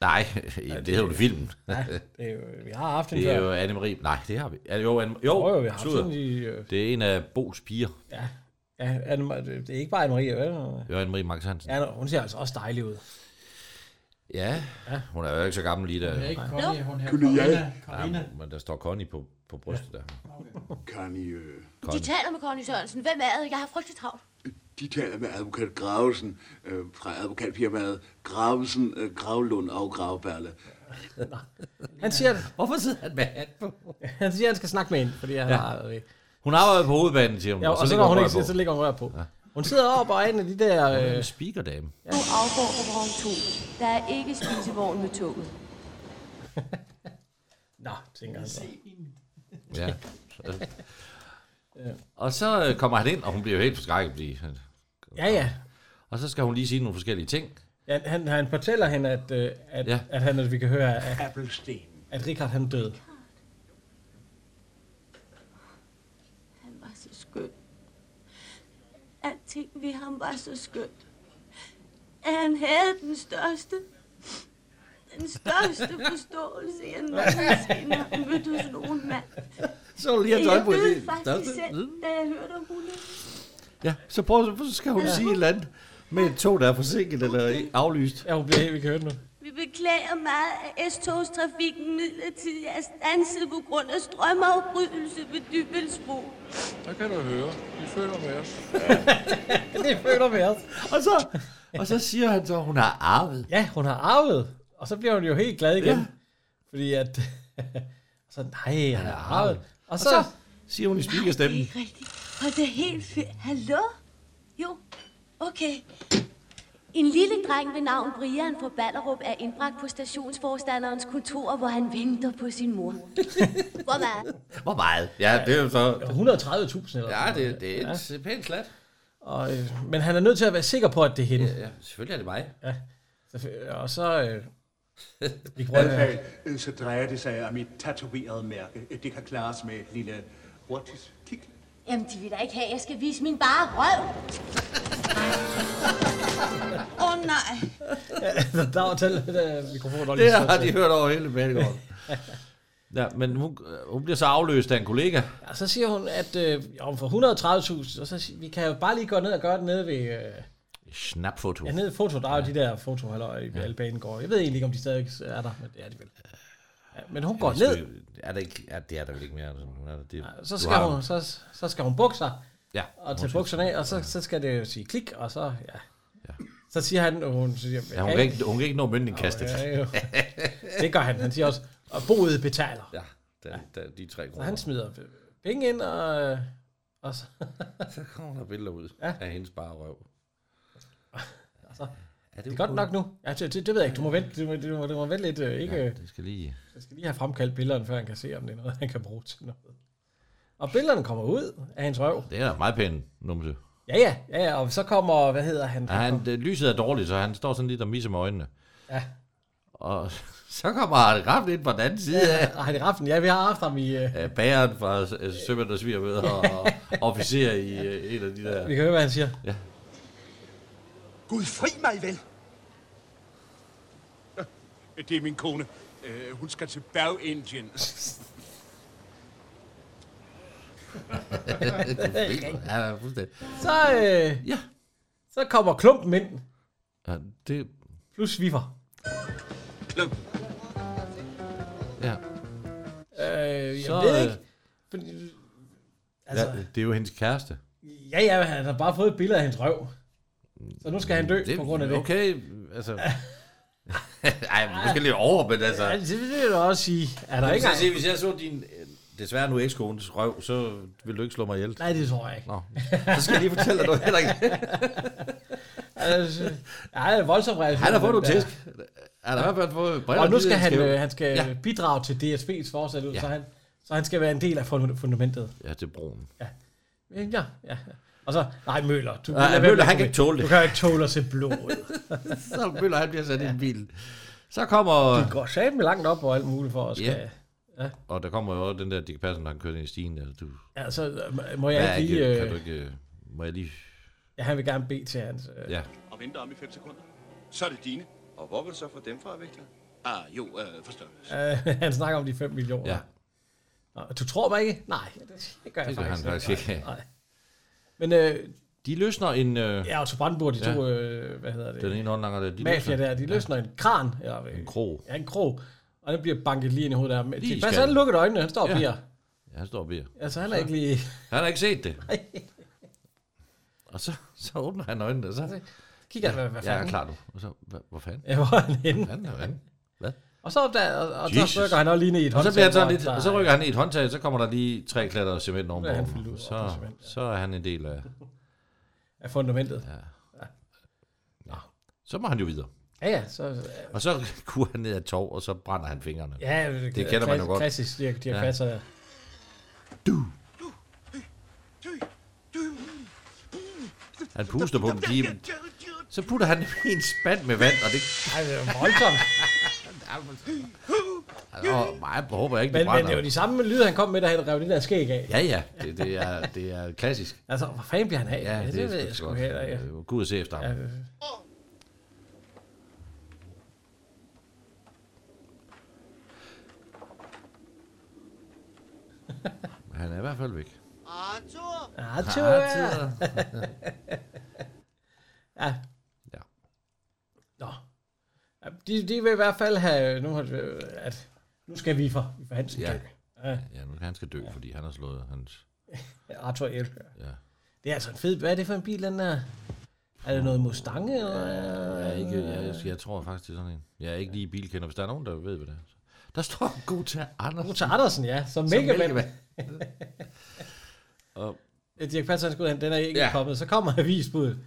Nej, [LAUGHS] det hedder jo filmen.
Ja,
[LAUGHS]
det er jo, vi har haft en
Det er
før.
jo Anne-Marie. Nej, det har vi. Er det Jo, Anne, jo,
Nå, jo, vi har
sludder.
haft hende i, øh,
Det er en af Bo's piger.
Ja, ja Anne, det er ikke bare Anne-Marie, vel?
Det var Anne-Marie Max Hansen.
Ja, hun ser altså også dejlig ud.
Ja, hun er jo ikke så gammel lige der.
Hun er ikke Connie,
Nej.
hun hedder Kunne Corina. jeg-
Nej, men der står Connie på, på brystet der.
Connie, øh,
De taler med Conny Sørensen. Hvem er det? Jeg har frygtelig travlt.
de taler med advokat Gravesen øh, fra advokatfirmaet Gravesen, øh, Gravlund og Gravballe.
Han siger,
Hvorfor sidder han med hat på?
han siger, han skal snakke med hende, fordi han
Ja.
ja. har... Øh,
Hun arbejder på hovedbanen, siger hun.
ja, og så,
ligger
når hun
rør
ikke, så ligger hun rør på. Ja. Hun sidder op og er en af de der...
Hun er
Øh,
en speakerdame.
Nu afgår perron 2. Der er ikke spisevogn med toget.
Nå, tænker han så.
Ja. Og så øh, kommer han ind, og hun bliver jo helt forskrækket, fordi... han-
Ja, ja.
Og så skal hun lige sige nogle forskellige ting.
ja han, han fortæller hende, at, øh, at,
Ja.
ja. at han, at vi kan høre, at, at Richard han døde.
Han var så skøn. Alting ved ham var så skønt. At han havde den største, den største forståelse, jeg nogensinde har mødt hos nogen mand.
Så er du lige hans
Jeg
øjenbryn.
ved faktisk
Største-
selv, da jeg hørte om hunden.
Ja, så, prøv, så skal hun
Ja.
sige et eller andet med et tog, der er forsinket eller aflyst.
Ja, hun bliver helt, vi kan høre det nu.
Vi beklager meget, at S-togstrafikken midlertidigt er stanset på grund af strømafbrydelse ved Dybelsbro.
Der kan du høre. De føler med os.
det føler vi også.
Og så, og så siger han så, at hun har arvet.
Ja, hun har arvet. Og så bliver hun jo helt glad igen. Ja. Fordi at... [LAUGHS] så nej, han har arvet. Og så, og så
siger hun i
Nej, det er ikke rigtigt. Og det er helt fedt. Hallo? Jo, okay. En lille dreng ved navn Brian fra Ballerup er indbragt på stationsforstanderens kontor, hvor han venter på sin
[LAUGHS]
mor. Hvor meget?
Hvor meget? Ja, det er jo så...
130.000 eller
Ja, det, det er et pænt slat.
Og, øh, men han er nødt til at være sikker på, at det er hende.
Ja, selvfølgelig er det mig.
Ja. Så- Og så...
[LAUGHS]
Øh, vi kan [LAUGHS]
Adfærd, øh, så drejer det sig om mit tatoverede mærke. Øh, Det kan klares med et lille hurtigt kig.
Jamen, de vil da ikke have, at jeg skal vise min bare røv. Åh oh, nej.
prøve- der var til øh, mikrofonen. var lige
Det
så
har
til.
de hørt over hele Banegården. Ja, men hun, hun bliver så afløst af en kollega.
Ja, så siger hun, at øh, om for 130.000, og så siger, vi kan jo bare lige gå ned og gøre det nede ved... Øh,
Snapfoto.
ja, nede ved foto, der er jo de der fotohalløjer i ja. Albanien går. Jeg ved egentlig ikke, om de stadig er der, men det er de vel. Ja, men hun går ned,
Øh, Er det, ikke, ja, det er der vel ikke mere. Altså, hun er der, det,
så
du
skal,
har-
hun, så, så skal hun bukke sig,
Ja, hun
og tage
skal-
bukserne af, og så, så skal det jo sige klik, og så, ja. Så siger han, og hun siger,
Ja, hun, kan ikke, hun kan ikke nå møntenkastet. [LAUGHS]
Ja, jo. det gør han. Han siger også, og boet betaler.
Ja, der, der, de tre
Så
kroner.
han smider penge ind, og, øh, og så,
Så kommer der billeder ud ja. af hendes bare røv.
altså,
er
det er godt nok nu. Ja, det, det, det ved jeg ikke. Du må vente, du må, du må, du må vente lidt. øh, Ikke?
Ja,
Ja,
det skal lige...
Jeg skal lige have fremkaldt billederne, før han kan se, om det er noget, han kan bruge til noget. Og billederne kommer ud af hans røv.
Det er da meget pæn numse.
Ja, ja, ja, ja, og så kommer, hvad hedder han?
Ja, han, det, lyset er dårligt, så han står sådan lidt og misser med øjnene.
Ja.
Og [LAUGHS] så kommer autografen ind fra den anden side af.
Ja, Heidi Raffen, ja, vi har haft ham i... øh,
Ja, Bageren fra øh, Sømand og Sviger med, og,
[LAUGHS]
og officer i øh, en af de der...
Vi kan høre, hvad han siger.
Ja.
Gud, fri mig vel! Det er min kone. Øh, Hun skal til Berg-Indien.
ja, fuldstændig.
Så, øh,
ja.
så kommer klumpen ind,
Ja, det,
plus sviffer.
ja.
Øh, jeg
Så,
så, ved
øh,
ikke. fordi- Altså,
Altså, ja, det er jo hendes kæreste.
ja, ja, han har bare fået et billede af hendes røv. Så nu skal han dø det, på grund af det.
Okay, altså... [LAUGHS] Ej, måske lidt over, men altså...
Ja, det vil jeg da også sige. Er der
Jeg vil
ikke
så sige, hvis jeg så din, øh, desværre nu ekskones røv, så ville du ikke slå mig ihjel.
Nej, det tror jeg ikke.
Nå. Så skal jeg lige fortælle dig noget, Henrik.
altså, ej, det er voldsom reaktion.
Han har fået
den
nogle
der.
tæsk. Han har i hvert fald fået briller,
Og nu
de
skal
der
han,
skæve.
øh, han skal
Ja.
ja. bidrage til DSB's fortsat, ja.
Ja.
så, han, så han skal være en del af fund- fundamentet.
Ja, til broen.
Ja. Ja, ja. ja. Og så, nej, Møller. Du,
Nej,
lad være
Møller,
med
han
at-
kan ikke tåle det.
Du kan ikke tåle at se blod.
så Møller, han bliver sat ja. i en bil. Så kommer...
De går satme langt op og alt muligt for at skal...
Ja.
Ja.
ja. Og der kommer jo også den der Dirk Passer, når han kører ned i stigen. Altså, du,
Ja, så, øh, må jeg
Hvad er
ikke
det?
lige,
Kan
øh,
du ikke... øh, Må jeg lige...
Ja, han vil gerne bede til hans... Øh.
Ja.
Og venter om i 5 sekunder. Så er det dine.
Og hvor vil du så få dem fra, Victor?
Ah, jo, øh, forstår.
Øh, [LAUGHS] han snakker om de 5 millioner.
Ja.
Nå, du tror mig ikke? Nej, det, det gør jeg
Det gør
faktisk,
han faktisk ikke.
Nej. Men øh,
De løsner en... Øh,
ja, og til Brandenburg, de to, øh, hvad hedder det?
Den ene håndlanger der. De
mafia der, de løsner en kran. Eller,
En krog.
Ja, en krog. Og den bliver banket lige ind i hovedet der. Men
Lige i
Dirch Passer,
skallen.
han lukker øjnene, han står og
Ja.
bliver.
Ja, han står og beder.
Altså, han er ikke lige...
Han har ikke set det.
Nej.
Og så, så åbner han øjnene, og så...
kigger han,
ja,
hvad- hvad
Jeg er
fanden?
klar nu. Og så, hvad, hvor fanden?
Ja, hvor er han henne?
Hvor fanden er han? Hvad?
Og så opdager, og, og
Jesus.
så rykker han også lige ned i et
og så, bliver han sådan
håndtag,
lidt,
hvor
og så rykker han i et håndtag, og så kommer der lige tre klatter og cement ovenpå.
Ja, han
ham.
fyldt ud
så,
over på cement,
så er han en del af...
Er fundamentet.
Ja. ja. Så må han jo videre.
Ja, ja, så...
Og så [LAUGHS] kurer han ned ad tov, og så brænder han fingrene.
Ja,
det, det kender man jo
klass-
godt.
Klassisk, de, de ja. passer der.
Han puster på dem. De, så putter han i en spand med vand, og det...
Ej, det er jo
[LAUGHS]
voldsomt.
Åh, mig håber jeg ikke, det
Men, men
brænder.
det er jo de samme lyde, han kom med, da han rev det der skæg af.
Ja, ja, det, det, er, det er klassisk.
Altså, hvor fanden bliver han af?
Ja, det, det
ved
er
jeg
sgu
sgu
godt.
heller ikke.
Øh, Gud at se efter ham.
Ja, øh,
Han er i hvert fald væk.
Arthur!
Arthur!
Arthur.
ja. Ja. Nå. Ja, De, de vil i hvert fald have, øh, nu, har de- at nu skal vi for, vi for Hansen
Ja.
dø. Ja.
Ja, nu kan han skal dø, fordi han har slået hans...
Arthur L.
Ja.
Det er altså en fed, hvad er det for en bil, den er? Er det noget Mustang? Eller?
Jeg, er
Øh,
ikke, jeg, jeg, jeg tror faktisk, det er sådan en. Jeg er ikke lige bilkender, hvis der er nogen, der ved, hvad det er. Der står Gota Andersen.
Gota Andersen, ja, som mega mand.
Og
Øh, Dirk Passer, han skulle hen, den er ikke
Ja.
ja. kommet. Så kommer avisbuddet,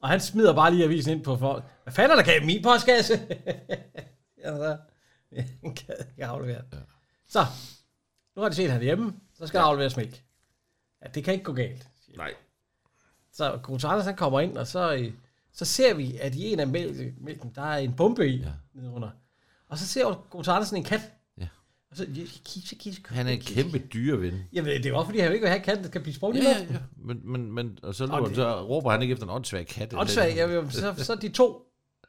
og han smider bare lige avisen ind på folk. Hvad fanden er der gav i min postkasse? [LAUGHS] altså, han kan ikke aflevere. Ja. Så, nu har de set han er hjemme, så skal ja. der afleveres mælk. Ja, det kan ikke gå galt.
Nej.
Så Grote Anders, han kommer ind, og så, øh, så ser vi, at i en af mælken, mælken der er en bombe i ja. nedenunder. Og så ser Grote Andersen en kat.
Ja.
Og så, kisse, kisse,
han er en kæmpe dyreven.
Jamen, det var, fordi han ikke vil have at katten, der skal blive sprunget
Ja, ja, ja. Men, men, men og så, lurer,
det-
så råber han ikke efter en åndssvag kat. eller
Åndssvagt,
et
ja,
eller
men
andet.
så, så de to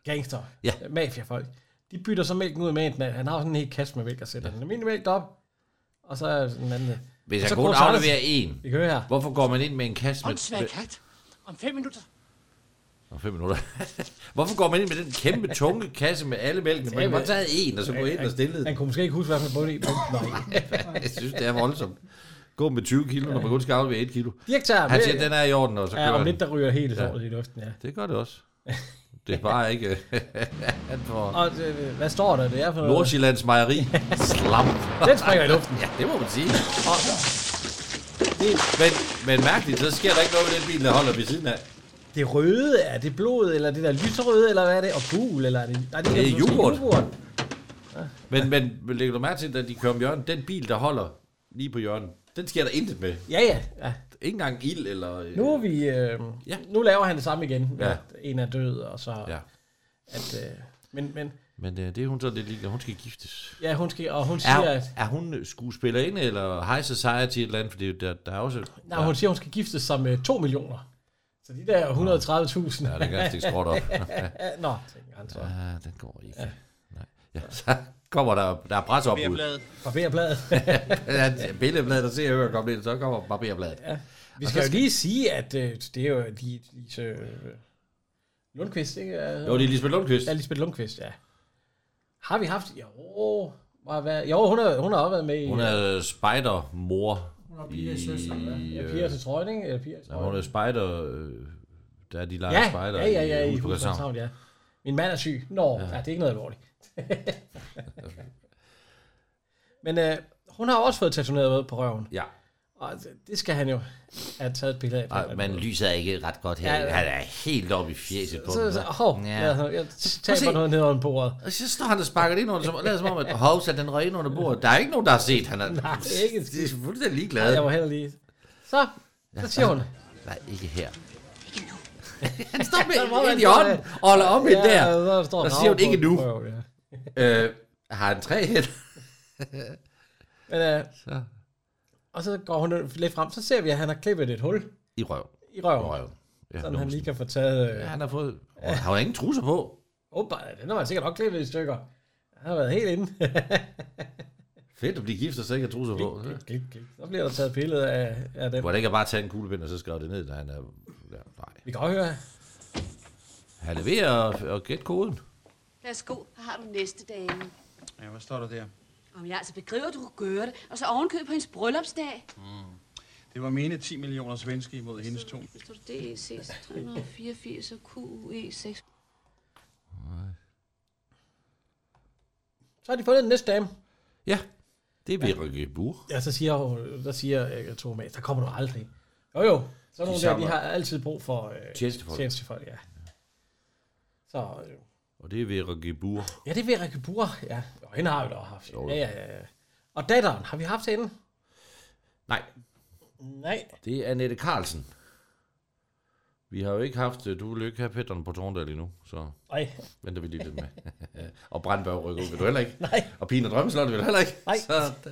gangster,
Ja.
ja. mafiafolk, de bytter så mælken ud med en. Han har jo sådan en hel kasse med mælk og sætter ja. den almindelige mælk op, og så er den anden.
Hvis
Og
jeg
så
kun
går Charles-
afleverer en,
Vi kan høre her.
hvorfor går man ind med en kasse med...
Åndssvag
med
kat. Om fem minutter.
Nå, fem minutter. [LAUGHS] hvorfor går man ind med den kæmpe, tunge kasse med alle mælkene? Man har taget en, og så gå ind og stille
Han kunne måske ikke huske, hvad man bundet i. Nej.
Jeg synes, det er voldsomt. Gå med 20 kilo, når man kun skal aflevere 1 kilo.
Direktør,
Han
med-
siger, den er i orden, og så kører
Ja, om
han.
lidt, der ryger hele såret i luften, ja.
Det gør det også. Det er
[LAUGHS]
bare ikke... øh, han får...
Og øh, hvad står der? Det er for noget-
Nordsjællands mejeri. Slam.
Den springer i luften.
Ja, [LAUGHS] det må man sige. Og... Men, men mærkeligt, så sker der ikke noget med den bil, der holder ved siden af.
Det røde, er det blod, eller det der lyserøde, eller hvad er det? Og gul, eller er det... Nej,
Det er
måske
yoghurt. Men, men men lægger du mærke til, at de kører om hjørnet, den bil, der holder lige på hjørnet, den sker der intet med.
Ja, ja. ja.
Ikke engang ild eller... øh,
Nu er vi... Øh, ja. Nu laver han det samme igen.
Ja.
Ja. At en er død, og så...
Ja.
At, øh, men, men
Men øh, det er hun så lidt ligeglad. Hun skal giftes.
Ja, hun skal- og hun
er,
siger, at-
Er hun skuespillerinde, eller high society et eller andet? Fordi der, der er også...
nej, hun siger, hun skal giftes sig med 2 millioner. Så de der 130.000...
Ja, det kan jeg stikke skråt
[LAUGHS]
op.
Nå, tænker altså. han så.
Ja, den går ikke. Ja. Nej. Ja, så kommer der, der er presopbud.
Barberbladet. Barberbladet.
ja, billedbladet, der ser hører komme ind, så kommer barberbladet.
Ja. [LAUGHS] Vi
Og så
skal jo lige sige, at øh, det er jo lige, Lise øh, Lundqvist, ikke?
Jo, det er Lisbeth Lundqvist.
Ja, Lisbeth Lundqvist, ja. Har vi haft... Jo, var, hvad, jo hun, har, hun har også været med i...
Hun er spidermor.
Hun er Pias søster, hvad?
i,
Ja,
øh,
Pia til trøjen, ikke? Eller Pia til
Nej, hun er spider... øh, Der er de leger
ja,
spider
ja, ja, ja, i
Hus på
Husmandshavn,
Christianshavn.
ja. Min mand er syg. Nå, ja. Ja, det er ikke noget alvorligt. [LAUGHS] Men øh, hun har også fået tatoveret noget på røven.
Ja.
Og det skal han jo have taget et billede af. på en
Ej,
eller anden
man
måde.
lyser ikke ret godt her.
Ja.
Han er helt oppe i fjeset på
Så,
den.
så, hov, ja. jeg, jeg
Prøv at se.
taber noget ned under bordet.
Og så står han og sparker det ind under, som, lader som om, at hov, så den røg ind under bordet. Der er ikke nogen, der har set. Han er,
Nej, ikke en skid.
det er fuldstændig ligeglad.
Nej, jeg var heller lige. Så, så siger
[LAUGHS]
hun.
Nej, ikke her. [LAUGHS]
Han står [LAUGHS]
med ind i hånden, og holder op med der. Der siger hun, ikke nu. Øh, har han tre hænder?
Men, øh,
Så.
Og så går hun lidt frem, så ser vi, at han har klippet et hul
I røv.
i røven.
I røven. Ja,
sådan han
numsen.
lige kan få taget... Øh,
Ja, han har fået... Og han har jo ingen trusser på.
Opa, den har man sikkert nok klippet i stykker. Han har været helt inde.
Fedt at blive gift, og så ikke har trusser på.
Klik, klik. så bliver der taget billede af, af den.
Hvor det ikke bare tage en kuglepind, og så skrive det ned, da han er... Ja, nej.
Vi kan også høre.
Han leverer og, og gæt koden.
Værsgo, her har du næste dame.
Ja, hvad står der der?
Om jeg altså begriber, at du kunne gøre det, og så ovenkøb på hendes bryllupsdag.
Mm. Det var mine 10 millioner svenske imod hendes to.
Så er det DEC 384 og E QUE 6.
Så har de fundet den næste dame.
Ja, det er Virke Buch.
Ja, så siger, hun- der siger uh, Thomas, der kommer du aldrig. Jo jo, så er
De
nogle der, de
samler-
har altid brug for øh,
Tjenestefolk.
tjenestefolk. ja. Så, øh,
Og det er Virke Buch.
ja, det er Vera Bure, ja. Og hende har vi da haft.
Jo, jo.
Ja, ja, ja. Og datteren, har vi haft hende?
Nej,
Nej.
det er Annette Carlsen. Vi har jo ikke haft... øh, Du vil jo ikke have Petteren på Torndal endnu, så
Nej.
venter vi lige lidt med. [LAUGHS] og Brandberg rykker ud, vil du heller
[LAUGHS]
ikke. Nej. Og Pigen og Drømmeslot vil du heller ikke.
Nej.
Så der,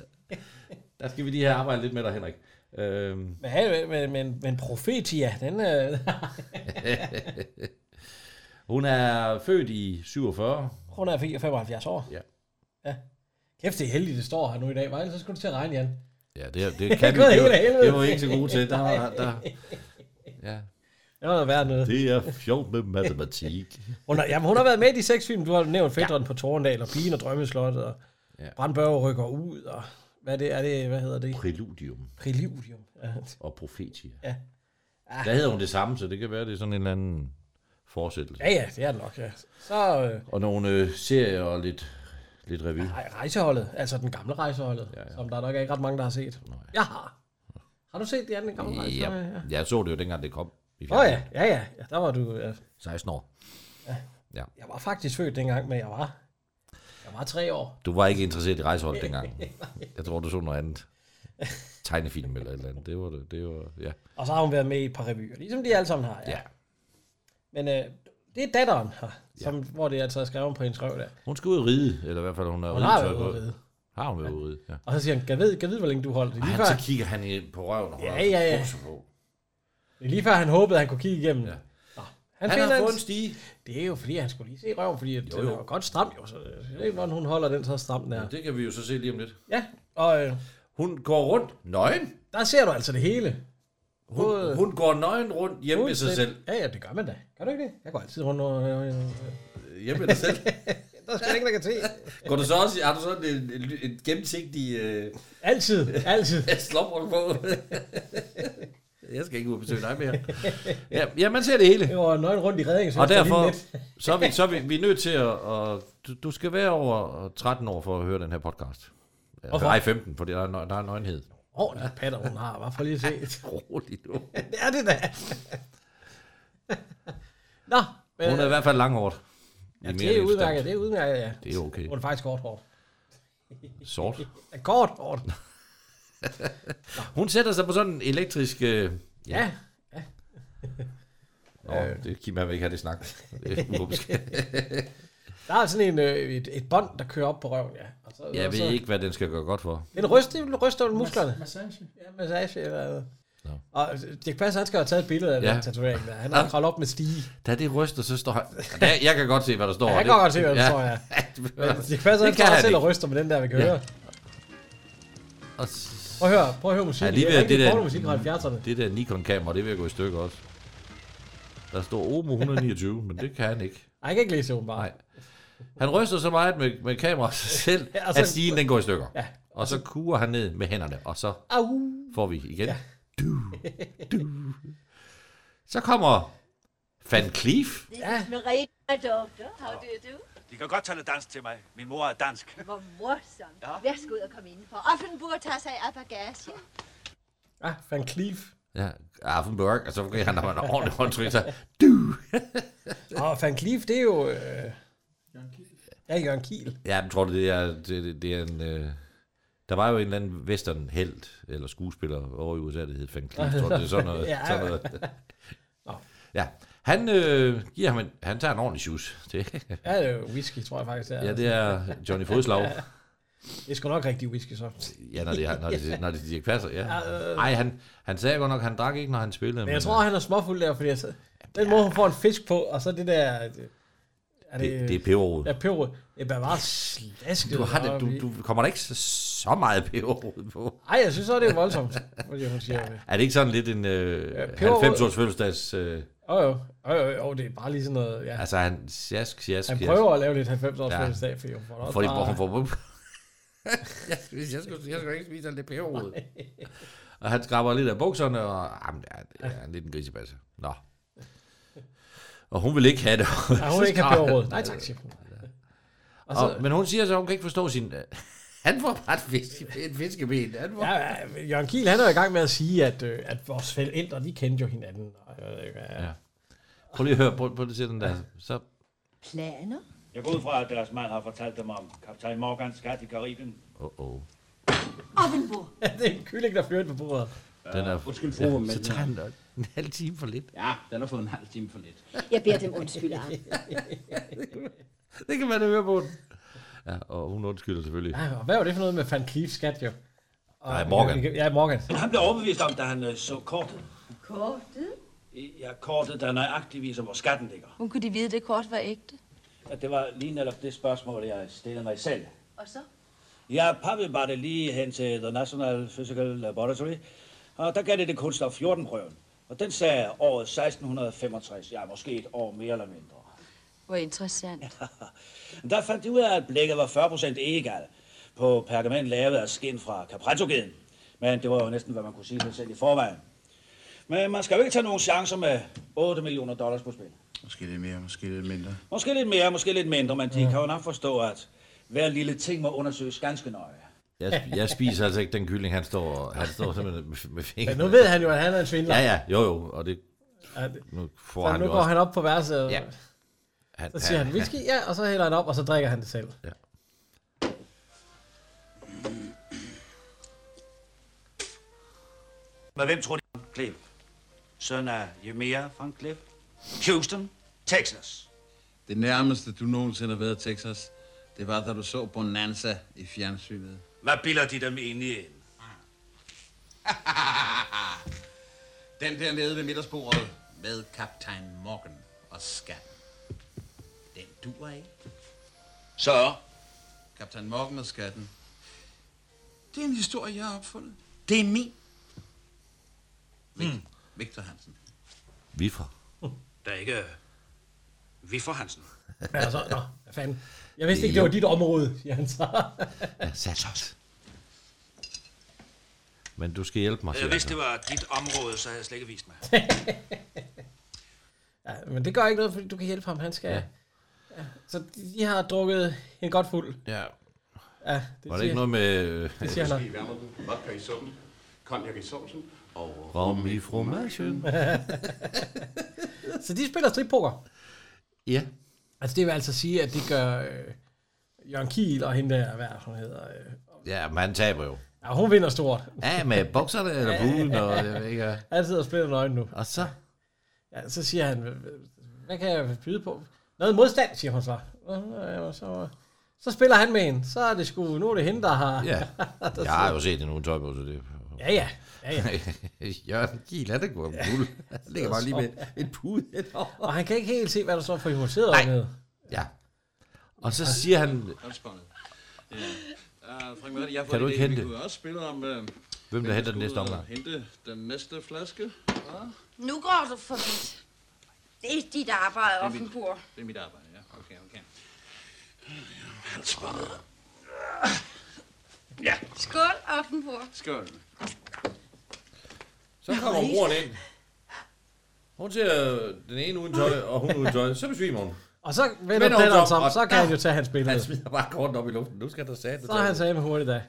der skal vi lige have arbejdet lidt med dig, Henrik. Øhm,
Men, han- men, men, men Profetia, den... Øh,
hun er født i 47.
hun er 75 år.
Ja.
ja. Kæft, det er heldigt, det står her nu i dag. Vejle, så skulle du til at regne, Jan.
Ja, det,
[LAUGHS] Det
det
er
kan vi.
gået
Det,
helt af
var-
helvede.
det var vi ikke så gode til. Der, var-
Nej.
der, ja.
Det var noget værd noget.
Det er fjovt med matematik.
Hun har, jamen, hun har været med i de seks film, du har nævnt. Fætteren ja. på Torndal, og Pigen og Drømmeslottet, og
Ja.
ja. Brandbørge rykker ud, og hvad det, er det, hvad hedder det?
Præludium
Præludium. Ja.
og profetia.
Ja. Ah.
Der hedder hun det samme, så det kan være, det er sådan en eller anden fortsættelse.
ja, ja, det er det nok, ja. Så øh,
Og nogle øh, serier og lidt, lidt revy.
ej, rejseholdet, altså den gamle rejseholdet, ja, ja. som der nok er ikke ret mange, der har set. Nej. Jeg har. Har du set det andet, den gamle
Ja,
rejseholdet? Ja.
jeg så det jo dengang, det kom. i
Åh oh, ja,
fjernsynet.
ja, ja, ja, der var du... Ja.
16 år. Ja.
Jeg var faktisk født dengang, men jeg var... Jeg var tre år.
Du var ikke interesseret i rejsehold
[LAUGHS]
dengang. Jeg tror, du så noget andet. Tegnefilm eller et eller andet. Det var det. det var, ja.
Og så har hun været med i et par revyer, ligesom de alle sammen har. Ja.
Ja.
Men øh, det er datteren her, som, ja. hvor det er altså skrevet på hendes røv der.
Hun skal ud og ride, eller i hvert fald hun har
Hun har
ridetøj
været
på.
ude at ride.
Har hun været ude at ride, ja.
Og så siger han, kan ved, kan ved hvor længe du holder det.
Og
Lige
han,
før,
så kigger han i- på røven, og hun
Ja,
har
ja, ja.
bukser på.
det er lige før han håbede, at han kunne kigge igennem. Ja. Nå,
Han har
finder
fået
en-
en stige.
Det er jo fordi, han skulle lige se røven, fordi jo, jo. den
jo.
er jo godt stram. Jo, så øh, jeg ved ikke, hvordan hun holder den så stram der.
Det kan vi jo så se lige om lidt.
Ja, og øh,
Hun går rundt nøgen.
der ser du altså det hele.
Hun, hun går nøgen rundt hjemme ved sig selv.
Ja, ja, det gør man da. Gør du ikke det? Jeg går altid rundt og... Øh, øh, øh.
Hjemme ved dig selv.
Der skal ikke, der kan se.
Går du så også, har du sådan en, en, ly- en gennemsigtig øh,
Altid, altid.
slumbrug på? jeg skal ikke ud og besøge dig mere. Ja, ja man ser det hele.
Det var nøgen rundt i redningen.
Og derfor, så er vi, så er vi, vi er nødt til at, at du, du skal være over 13 år for at høre den her podcast.
Hvorfor?
Hvorfor? Nej, 15, fordi der er, nø- der er nøgenhed.
Åh, den patter, hun har. Bare for lige at se.
Roligt nu.
[LAUGHS] det er det da. [LAUGHS] Nå, men, øh,
Hun er i hvert fald langhårdt.
ja, det er udmærket, det er udmærket, ja.
Det er okay.
Hun er faktisk kort hårdt.
Sort.
Ja, Kort hårdt.
Hun sætter sig på sådan en elektrisk... Øh,
Ja.
ja. Nå, det Kim, han vil ikke have det
[LAUGHS]
snak. Det er umumsk.
Der er sådan en, øh, et, et bånd, der kører op på røven, ja. Og så,
Jeg
og så,
ved ikke, hvad den skal gøre godt for.
Det er en ryst, det ryster vel musklerne.
Massage.
Ja, massage eller noget.
Nå.
Og Dirk Passer, han skal jo have taget et billede af ja.
Ja.
den tatovering der. Han har kravlet op med stige.
Da det ryster, så står han... Der, jeg kan godt se, hvad der står.
Ja, jeg
Det-
kan godt se, hvad der står,
[LAUGHS]
ja. Men Dirk Passer, han står også selv og ryster med den der, vi kan
Ja.
høre.
Og s-
Prøv at høre, prøv at høre musikken.
Ja, lige
Det er
ved, det,
rigtig
der,
pornomusik fra 70'erne.
det der Nikon-kamera, det vil jeg gå i stykker også. Der står Omo 129, men det kan han ikke.
Ej, jeg kan ikke læse det, bare.
Nej. Han ryster så meget med, med kameraet
[LAUGHS]
sig selv,
Ja,
ja,
og
så,
så-
at stigen den går i stykker.
Ja.
Og så kuger han ned med hænderne, og så
Au.
får vi igen. Ja. Du, du. Så kommer Van Cleef?
Ja. Merete, doktor. How do you do?
De kan godt tåle dans til mig. Min mor er dansk.
Hvor morsomt. Ja. Værsgo ud og komme indenfor. Offenburg tager sig af bagagen.
Ah, Van Cleef.
Ja, Affenberg, og så kan han have en ordentlig håndtryk, så
Og Ah, Van Cleef, det er jo... Øh... Ja, Jørgen Kiel.
Ja, men tror du, det er, det, det, det er en... Øh... Der var jo en eller anden western held eller skuespiller over i USA, der hed Van Cleef. Tror du, det er sådan noget?
[LAUGHS] Ja.
sådan noget. ja. Han, øh, giver ham en, han tager en ordentlig shoes. Det,
Ja, det er jo whisky, tror jeg faktisk. Det er.
ja, det er Johnny Fodslag.
Det er sgu nok rigtig whisky, så.
Ja, når det er, når det, når det er Dirk Passer, ja.
Ja, øh.
Ej, han, han sagde godt nok, at han drak ikke, når han spillede. øh,
Men jeg tror, han er småfuld der, fordi jeg sad, den måde, hun får en fisk på, og så det der... det- Er
Det- det er peberrod.
Ja, peberrod. Det er bare meget slasket.
du, har det,
op i.
du, du kommer da ikke så, så meget peberrod på.
Ej, jeg synes så, det er voldsomt, fordi hun siger. Ja.
Er det ikke sådan lidt en øh,
peberrod-
90-års fødselsdags... Øh,
Åh, jo, Åh, jo, jo, det er bare lige sådan noget, ja.
altså, han sjask, sjask,
Han
sjask.
prøver at lave lidt 90 års fødselsdag, fordi hun får det også
fordi,
bare-
hun får,
[LAUGHS] jeg, skulle, jeg, skulle, jeg skulle ikke spise alt det peberrod.
og han skraber lidt af bukserne, og jamen, ja, det er lidt en grisebasse. Nå. Og hun vil ikke have
[LAUGHS]
det.
Nej, hun
[LAUGHS]
vil ikke have peberrod. Nej, tak, siger hun.
Og
Og så-
så, og, men hun siger så, at hun kan ikke forstå sin... [LAUGHS] Han får bare et, fiske, et fiskeben. Han får,
Ja, ja, men Jørgen Kiel, han er jo i gang med at sige, at, øh, at vores forældre, de kendte jo hinanden. Og øh, jeg ved ikke, hvad.
Ja. Prøv lige at høre, prøv, prøv lige at se den der. Så,
Planer?
Jeg går ud fra, at deres mand har fortalt dem om kaptajn Morgans skat i Karibien.
oh, oh.
Offenburg.
Ja, [LAUGHS] det er en kylling, der flyver på bordet.
Den er,
Undskyld, fru, ja, men...
så
øh,
tager han [LAUGHS] en halv time for lidt.
Ja, den har fået en halv time for lidt.
Jeg beder dem undskylde,
[LAUGHS]
Arne.
Det kan man da høre på den. Ja, og hun undskylder selvfølgelig.
Ja, og hvad var det for noget med Van Cleef skat, jo? Og,
Nej, Morgan.
Ja, Morgan.
Han blev overbevist om, da han øh, så kortet.
Kortet?
Ja, kortet, der nøjagtigt viser, hvor skatten ligger.
Hun kunne de vide, at det kort var ægte.
At det var lige netop det spørgsmål, jeg stillede mig selv.
Og så?
Jeg pappede bare det lige hen til The National Physical Laboratory, og der gav det det kunststof 14-prøven. Og den sagde året 1665, ja, måske et år mere eller mindre.
Hvor interessant.
Men Der fandt de ud af, at blækket var 40% egal på pergament lavet af skin fra caprettogeden. Men det var jo næsten, hvad man kunne sige sig selv i forvejen. Men man skal jo ikke tage nogen chancer med 8 millioner dollars på spil.
Måske lidt mere, måske lidt mindre.
Måske lidt mere, måske lidt mindre, men de kan jo nok forstå, at hver lille ting må undersøges ganske nøje.
Jeg, jeg spiser altså ikke den kylling, han står, han står simpelthen med, med
Men
fingrene.
nu ved han jo, at han er en svindler.
Ja, ja, jo, jo, og det...
Ja, det-
Nu får
Så
han
nu
jo
går
også...
han op på værelset,
Ja.
ja. så siger han whisky, ja, og så hælder han op, og så drikker han det selv.
Ja.
Men hvem tror de Van Cleef? Søn af Ymir Van Cleef? Houston, Texas.
Det nærmeste, du nogensinde har været Texas, det var, da du så Bonanza i fjernsynet.
Hvad bilder de dem egentlig ind?
Den der nede ved middagsbordet med kaptajn Morgan og skatten. Den duer ikke.
Så?
Kaptajn Morgan og skatten. Det er en historie, jeg har opfundet. Det er min. Victor, Victor Hansen.
Vi fra.
Der er ikke... Vi for Hansen.
Men altså, nå, hvad fanden. Jeg vidste ikke, det var dit område, siger han så. [LAUGHS]
Ja, sat. Men du skal hjælpe mig,
Jeg
siger
vidste,
han
Øh, det var dit område, så havde jeg slet ikke vist mig.
ja, men det gør ikke noget, fordi du kan hjælpe ham. Han skal... Ja. Så de de har drukket en godt fuld.
Ja.
Ja,
så. Var det ikke noget med... øh,
Det siger han
Whisky i værmelden, vodka i suppen, konjak i sovsen og...
Rom i fromagen.
så de spiller strippoker.
Ja.
Altså, det vil altså sige, at det gør øh, Jørgen Kiel og hende der, hvad er det, hun hedder. Øh,
Ja, men han taber jo.
ja, hun vinder stort.
Ja, med bokserne eller buen, og jeg ved ikke...
Han sidder og splitter nøgen nu.
Og så?
Ja, så siger han, hvad kan jeg byde på? Noget modstand, siger hun så. Og så, så spiller han med hende. Så er det sgu, nu er det hende, der har... [LAUGHS]
Ja,
der
jeg har jo set en uden tøj på, så det... [LAUGHS]
Ja, ja. Ja, ja.
Jørgen Kiel, han er gået om guld. Han ligger bare
[LAUGHS]
lige med en pude henover.
Og han kan ikke helt se, hvad der står for, hun sidder dernede.
Ja. Og så siger han,
Håndsbåndet. Ja. Uh, Frank Mette, jeg har
Kan
fået
du
en
ikke
idé.
hente?
Vi kunne også spille om... Uh,
der henter den næste omgang?
Hente den næste flaske. Ja.
Nu går du for vidt. Det er dit arbejde,
Det er mit.
Offenburg.
Det er mit arbejde, ja. Okay, okay.
Halsbåndet.
Ja.
Skål, Offenburg.
Skål.
så kommer broren ind. Hun ser den ene uden tøj, og hun uden tøj. Så besvimer hun.
Og så vender hun
sig
den
om,
sammen,
og
så kan han jo tage hans billede.
Han smider bare kortet op i luften. Nu skal der sat.
Så er han sagde med hurtigt da.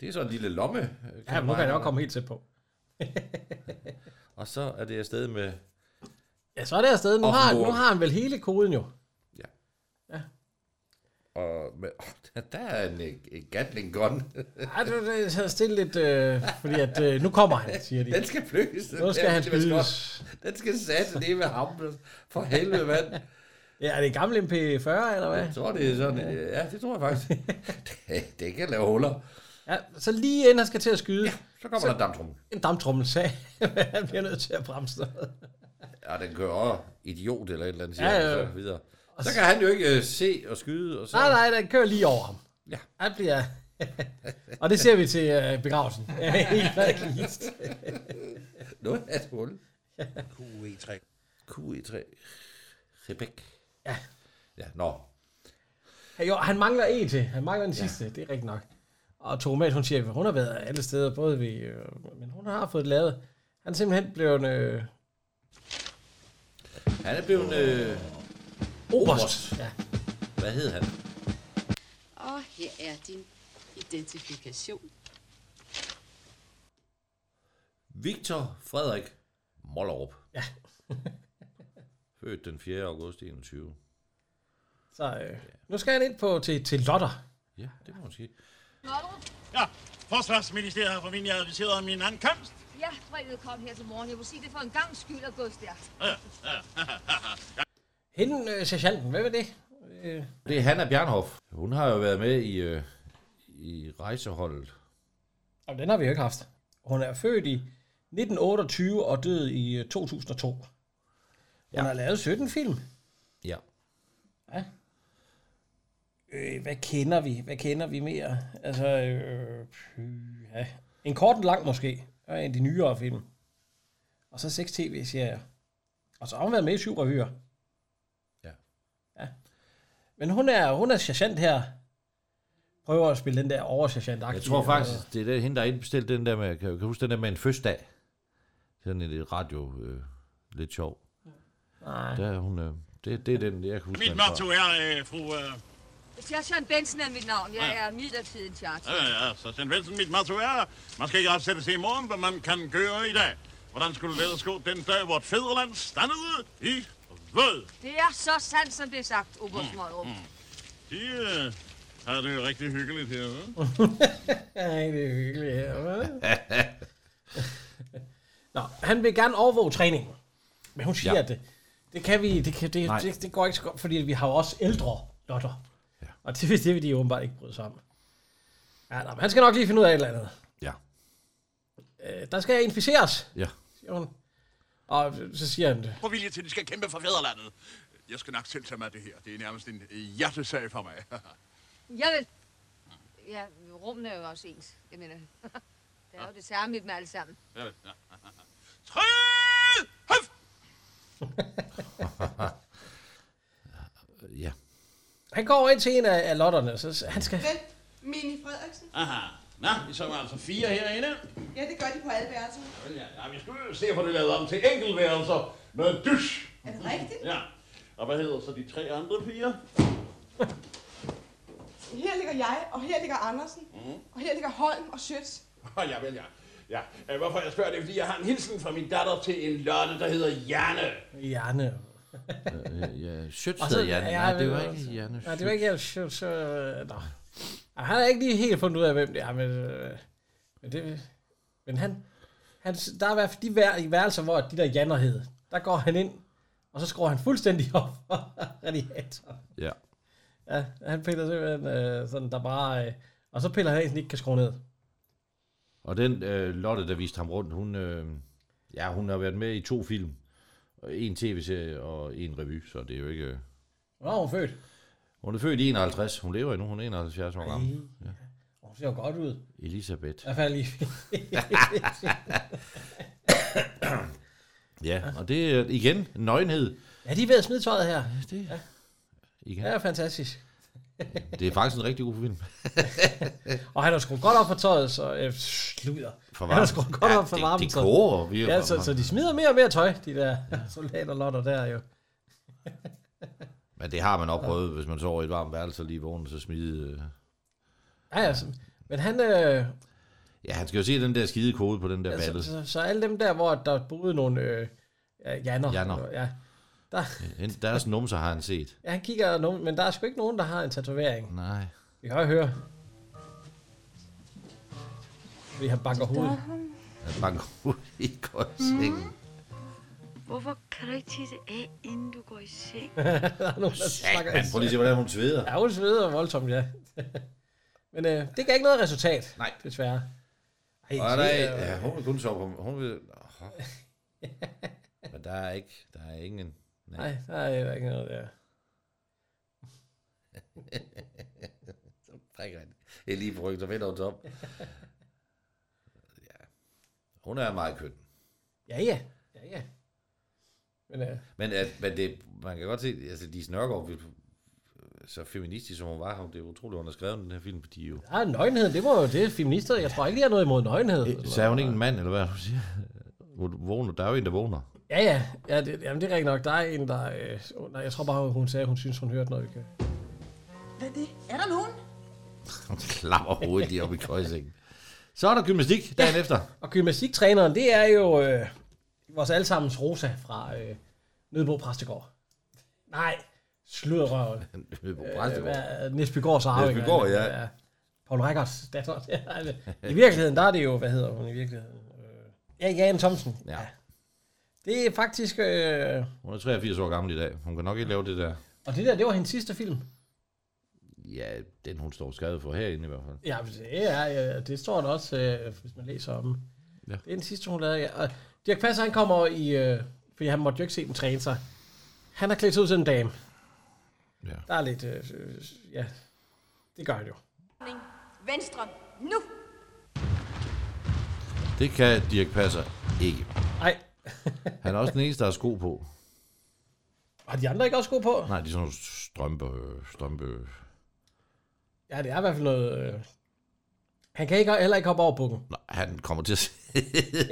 Det er så en lille lomme. øh,
Ja, nu kan han jo komme helt tæt på.
Og så er det afsted med...
Ja, så er det afsted. Nu har, nu
Offenborg.
har han vel hele koden jo.
Og med, [LAUGHS] der er en, øh, en Gatling gun.
Ej, du det taget stille lidt, øh, fordi at, øh, nu kommer han, siger de.
Den skal flyves.
Nu skal han skydes.
Den skal sætte det med ham. For helvede, mand.
Ja, er det en gammel MP40, eller hvad?
Jeg tror, det er sådan. øh, Ja, det tror jeg faktisk.
[LAUGHS]
det, det kan lave huller.
Ja, så lige inden han skal til at skyde. Ja,
så kommer der en damptrummel.
En damptrummel, sagde han. [LAUGHS] Han bliver nødt til at bremse noget.
Ja, den kører over. Idiot eller et eller andet.
Ja,
Siger ja,
ja.
ja. Så, videre. så kan han jo ikke øh, se og skyde. Og så,
Nej, nej, den kører lige over ham.
Ja.
Han bliver... [LAUGHS] og det ser vi til øh, begravelsen. Ja, [LAUGHS] helt klart.
Nu er det
[LAUGHS]
hul. QE3. QE3. Rebek.
Ja.
Ja, nå.
Jo, han mangler en til. Han mangler den sidste, det er rigtigt nok. Og Toromat, hun siger, at hun har været alle steder, både ved... Øh, men hun har fået det lavet. Han er simpelthen blevet... Øh,
Han er blevet... Øh,
Oberst. Ja.
Hvad hed han?
Og her er din identifikation.
Victor Frederik Mollerup.
Ja.
[LAUGHS] Født den 4. august 21.
så øh, nu skal han ind på, til, til Lotter.
Ja, det må man sige.
Ja, Forsvarsministeriet har formentlig adviseret om min ankomst.
Jeg brevet kom her til morgen. Jeg må sige, det er for en gang skyld at gå stærkt.
Ja, ja, ja, ja, ja.
Hende, øh, sergeanten, hvad var det? Øh,
Det er Hanna Bjernhoff. Hun har jo været med i, øh, i rejseholdet.
og den har vi jo ikke haft. Hun er født i 1928 og død i øh, 2002. Hun ja. har lavet 17 film.
Ja.
Ja. Øh, hvad kender vi? Hvad kender vi mere? Altså, øh, ja. en kort en lang måske, og en af de nyere film. Og så seks tv-serier. Og så har hun været med i syv revyer.
Ja.
ja. Men hun er, hun er sergeant her. Prøver at spille den der øh, oversergeant
Jeg tror faktisk, det er den, hende, der indbestilte den der med, kan kan du huske den der med en fødselsdag? Sådan en lidt radio, øh, lidt sjov.
Nej.
Der er hun, øh, det, det er den, jeg kan huske.
Mit
den fra.
motto er, øh, fru... Øh,
Sergeant Benson er mit navn. Jeg
Ja.
er midlertidig en charge.
ja, ja, så Sten Velsen, mit motto er, man skal ikke opsætte sig i morgen, hvad man kan gøre i dag. Hvordan skulle det ellers gå den dag, hvor et fædreland standede i våd?
Det er så sandt, som det er sagt, Oberst Mødrup.
De øh, har det jo rigtig hyggeligt her, hva'?
Nej, det er hyggeligt her. hva'? Nå, han vil gerne overvåge træningen. Men hun siger, ja.
Ja.
at det, det kan vi, det, kan, det,
Nej.
det, det går ikke så godt, fordi vi har jo også ældre lotter. Ja. Og det, vil- det vil de åbenbart ikke bryde sig om. Ja, nå, men han skal nok lige finde ud af et eller andet.
Ja.
Øh, der skal jeg inficeres,
Ja.
siger hun. Og så siger han det.
På vilje til, at de skal kæmpe for fædrelandet. Jeg skal nok selv tage mig af det her. Det er nærmest en øh, hjertesag for mig. [LAUGHS]
Jeg vil... Ja, rummene er jo også ens. Jeg mener, [LAUGHS] det er jo det samme i dem alle sammen.
Ja, ja.
ja.
Han går over ind til en af, af lotterne, så s- han skal...
Vel, Mini Frederiksen?
Aha. Nå, vi så er altså fire herinde.
Ja, det gør de på alle værelserne.
Vel, Ja, ja, vi skulle jo se, hvor det lavet om til enkeltværelser med dysch. Er det rigtigt? Ja. Og hvad hedder så de tre andre piger?
Her ligger jeg, og her ligger Andersen,
Mhm.
og her ligger Holm og Schütz.
Åh, ja, vel, ja. Ja, øh, hvorfor jeg spørger det, er, fordi jeg har en hilsen fra min datter til en lotte, der hedder Janne.
Hjerne.
Øh, ja,
Og så-
Sjøtsted, Janne. Nej,
ja,
det var
ja,
ikke Janne.
Nej, det var ikke Janne Schødt, så... øh, Nå. Ej, Han har ikke lige helt fundet ud af, hvem det er, men... øh, Men, det, men han, han... Der er i hvert fald de vær, i værelser, hvor de der Janner hed. Der går han ind, og så skruer han fuldstændig op for [LAUGHS] radiatoren.
Ja.
Ja, han piller simpelthen øh, sådan, der bare... Øh, og så piller han en, som ikke kan skrue ned.
Og den øh, Lotte, der viste ham rundt, hun, øh, ja, hun har været med i to film. Og En tv-serie og en revy, så det er jo ikke... Øh.
Hvornår er hun født?
Hun er født i 51. Hun lever endnu. Hun er 71 år gammel. Ja.
Hun ser jo godt ud. I [LAUGHS]
Elisabeth.
hvert fald lige...
Ja, og det er igen nøgenhed.
ja, de er ved at smide tøjet her.
Det,
ja.
Igen.
det er fantastisk.
Det er faktisk en rigtig god
[LAUGHS]
film.
Og han har skruet godt op for tøjet, så øh, sluder.
For
han har
varmt.
skruet godt
Ja,
op for
det-
varmt
det
tøj.
koger virkelig
Ja, så,
meget.
så de smider mere og mere tøj, de der [LAUGHS] soldaterlotter der jo.
Men det har man nok prøvet, hvis man sover i et varmt værelse og lige vågner, så smide... Øh.
Ja, ja, så, men han, øh,
Ja, han skal jo se den der skide kode på den der
så,
balle.
så, så, alle dem der, hvor der boede nogle øh, ja, janner,
Janner.
Ja, der,
En- Deres numser har han set.
ja, han kigger, nogen, men der er sgu ikke nogen, der har en tatovering.
Nej.
Vi kan jo høre. Vi har banker hovedet.
Han banker [LAUGHS] hovedet i sengen.
Mm,
Hvorfor kan du ikke tisse af, inden du går i seng?
der er nogen, der snakker.
Satan, prøv lige at se, hvordan hun sveder.
Ja, hun sveder voldsomt, ja. [LAUGHS] Men øh, det gav ikke noget resultat. Nej. Desværre. Ej,
Og der
det
er,
er-
ja, hun vil kun sove på... Hun vil...
[LAUGHS]
Åh. Men der er ikke... Der er ingen...
Nej, der er heller ikke noget der.
Så prikker han. Det er lige på ryggen, så vender hun sig [LAUGHS] om. Ja. Hun er meget køn.
Ja, ja. Ja, ja. Men øh,
Men, at, men det, man kan godt se, altså de Nørgaard, vil- så feministisk som hun var, hun- det er utroligt, hun har skrevet den her film, fordi jo...
der er nøgenhed, det var jo det, feminister. Jeg tror ikke, de har noget imod nøgenhed.
Så er Øh, hun ikke en mand, eller hvad hun siger? Hun Vågner, der er jo en, der vågner.
Ja, ja. ja det, jamen, det er rigtigt nok. Der er en, der... Øh, åh, nej, jeg tror bare, hun sagde, at hun synes, hun hørte noget. Ikke?
Hvad er det? Er der nogen?
Hun klapper hovedet lige op i køjsengen. Så er der gymnastik dagen ja. efter.
Og gymnastiktræneren, det er jo øh, vores allesammens Rosa fra øh, Nødbo Præstegård. Nej, sludderøven.
[LAUGHS] Nødbo
Øh, Nisbygårds arvinger.
Nesbygård, ja.
Paul Rikers datter. [LAUGHS] I virkeligheden, der er det jo, hvad hedder hun i virkeligheden? Øh, Ja, Jan Thomsen.
Ja.
Det er faktisk... Øh,
Hun er 83 år gammel i dag. Hun kan nok ikke lave det der.
og det der, det var hendes sidste film.
Ja, den hun står skrevet for herinde i hvert fald.
Ja, men det, er, ja, det står der også, øh, hvis man læser om. den.
Ja.
Det er den sidste, hun lavede. Ja. Og Dirk Passer, han kommer i... Øh, fordi han måtte jo ikke se den træne sig. Han har klædt sig ud til en dame.
Ja.
Der er lidt... Øh, øh, ja, det gør han jo.
Venstre, nu!
Det kan Dirk Passer ikke.
Nej.
Han er også den eneste, der har sko på.
Har de andre ikke også sko på?
Nej, de er sådan nogle strømpe, strømpe...
Ja, det er i hvert fald noget... Øh, han kan ikke, heller ikke hoppe over bukken.
Nå, han kommer til at
Ja,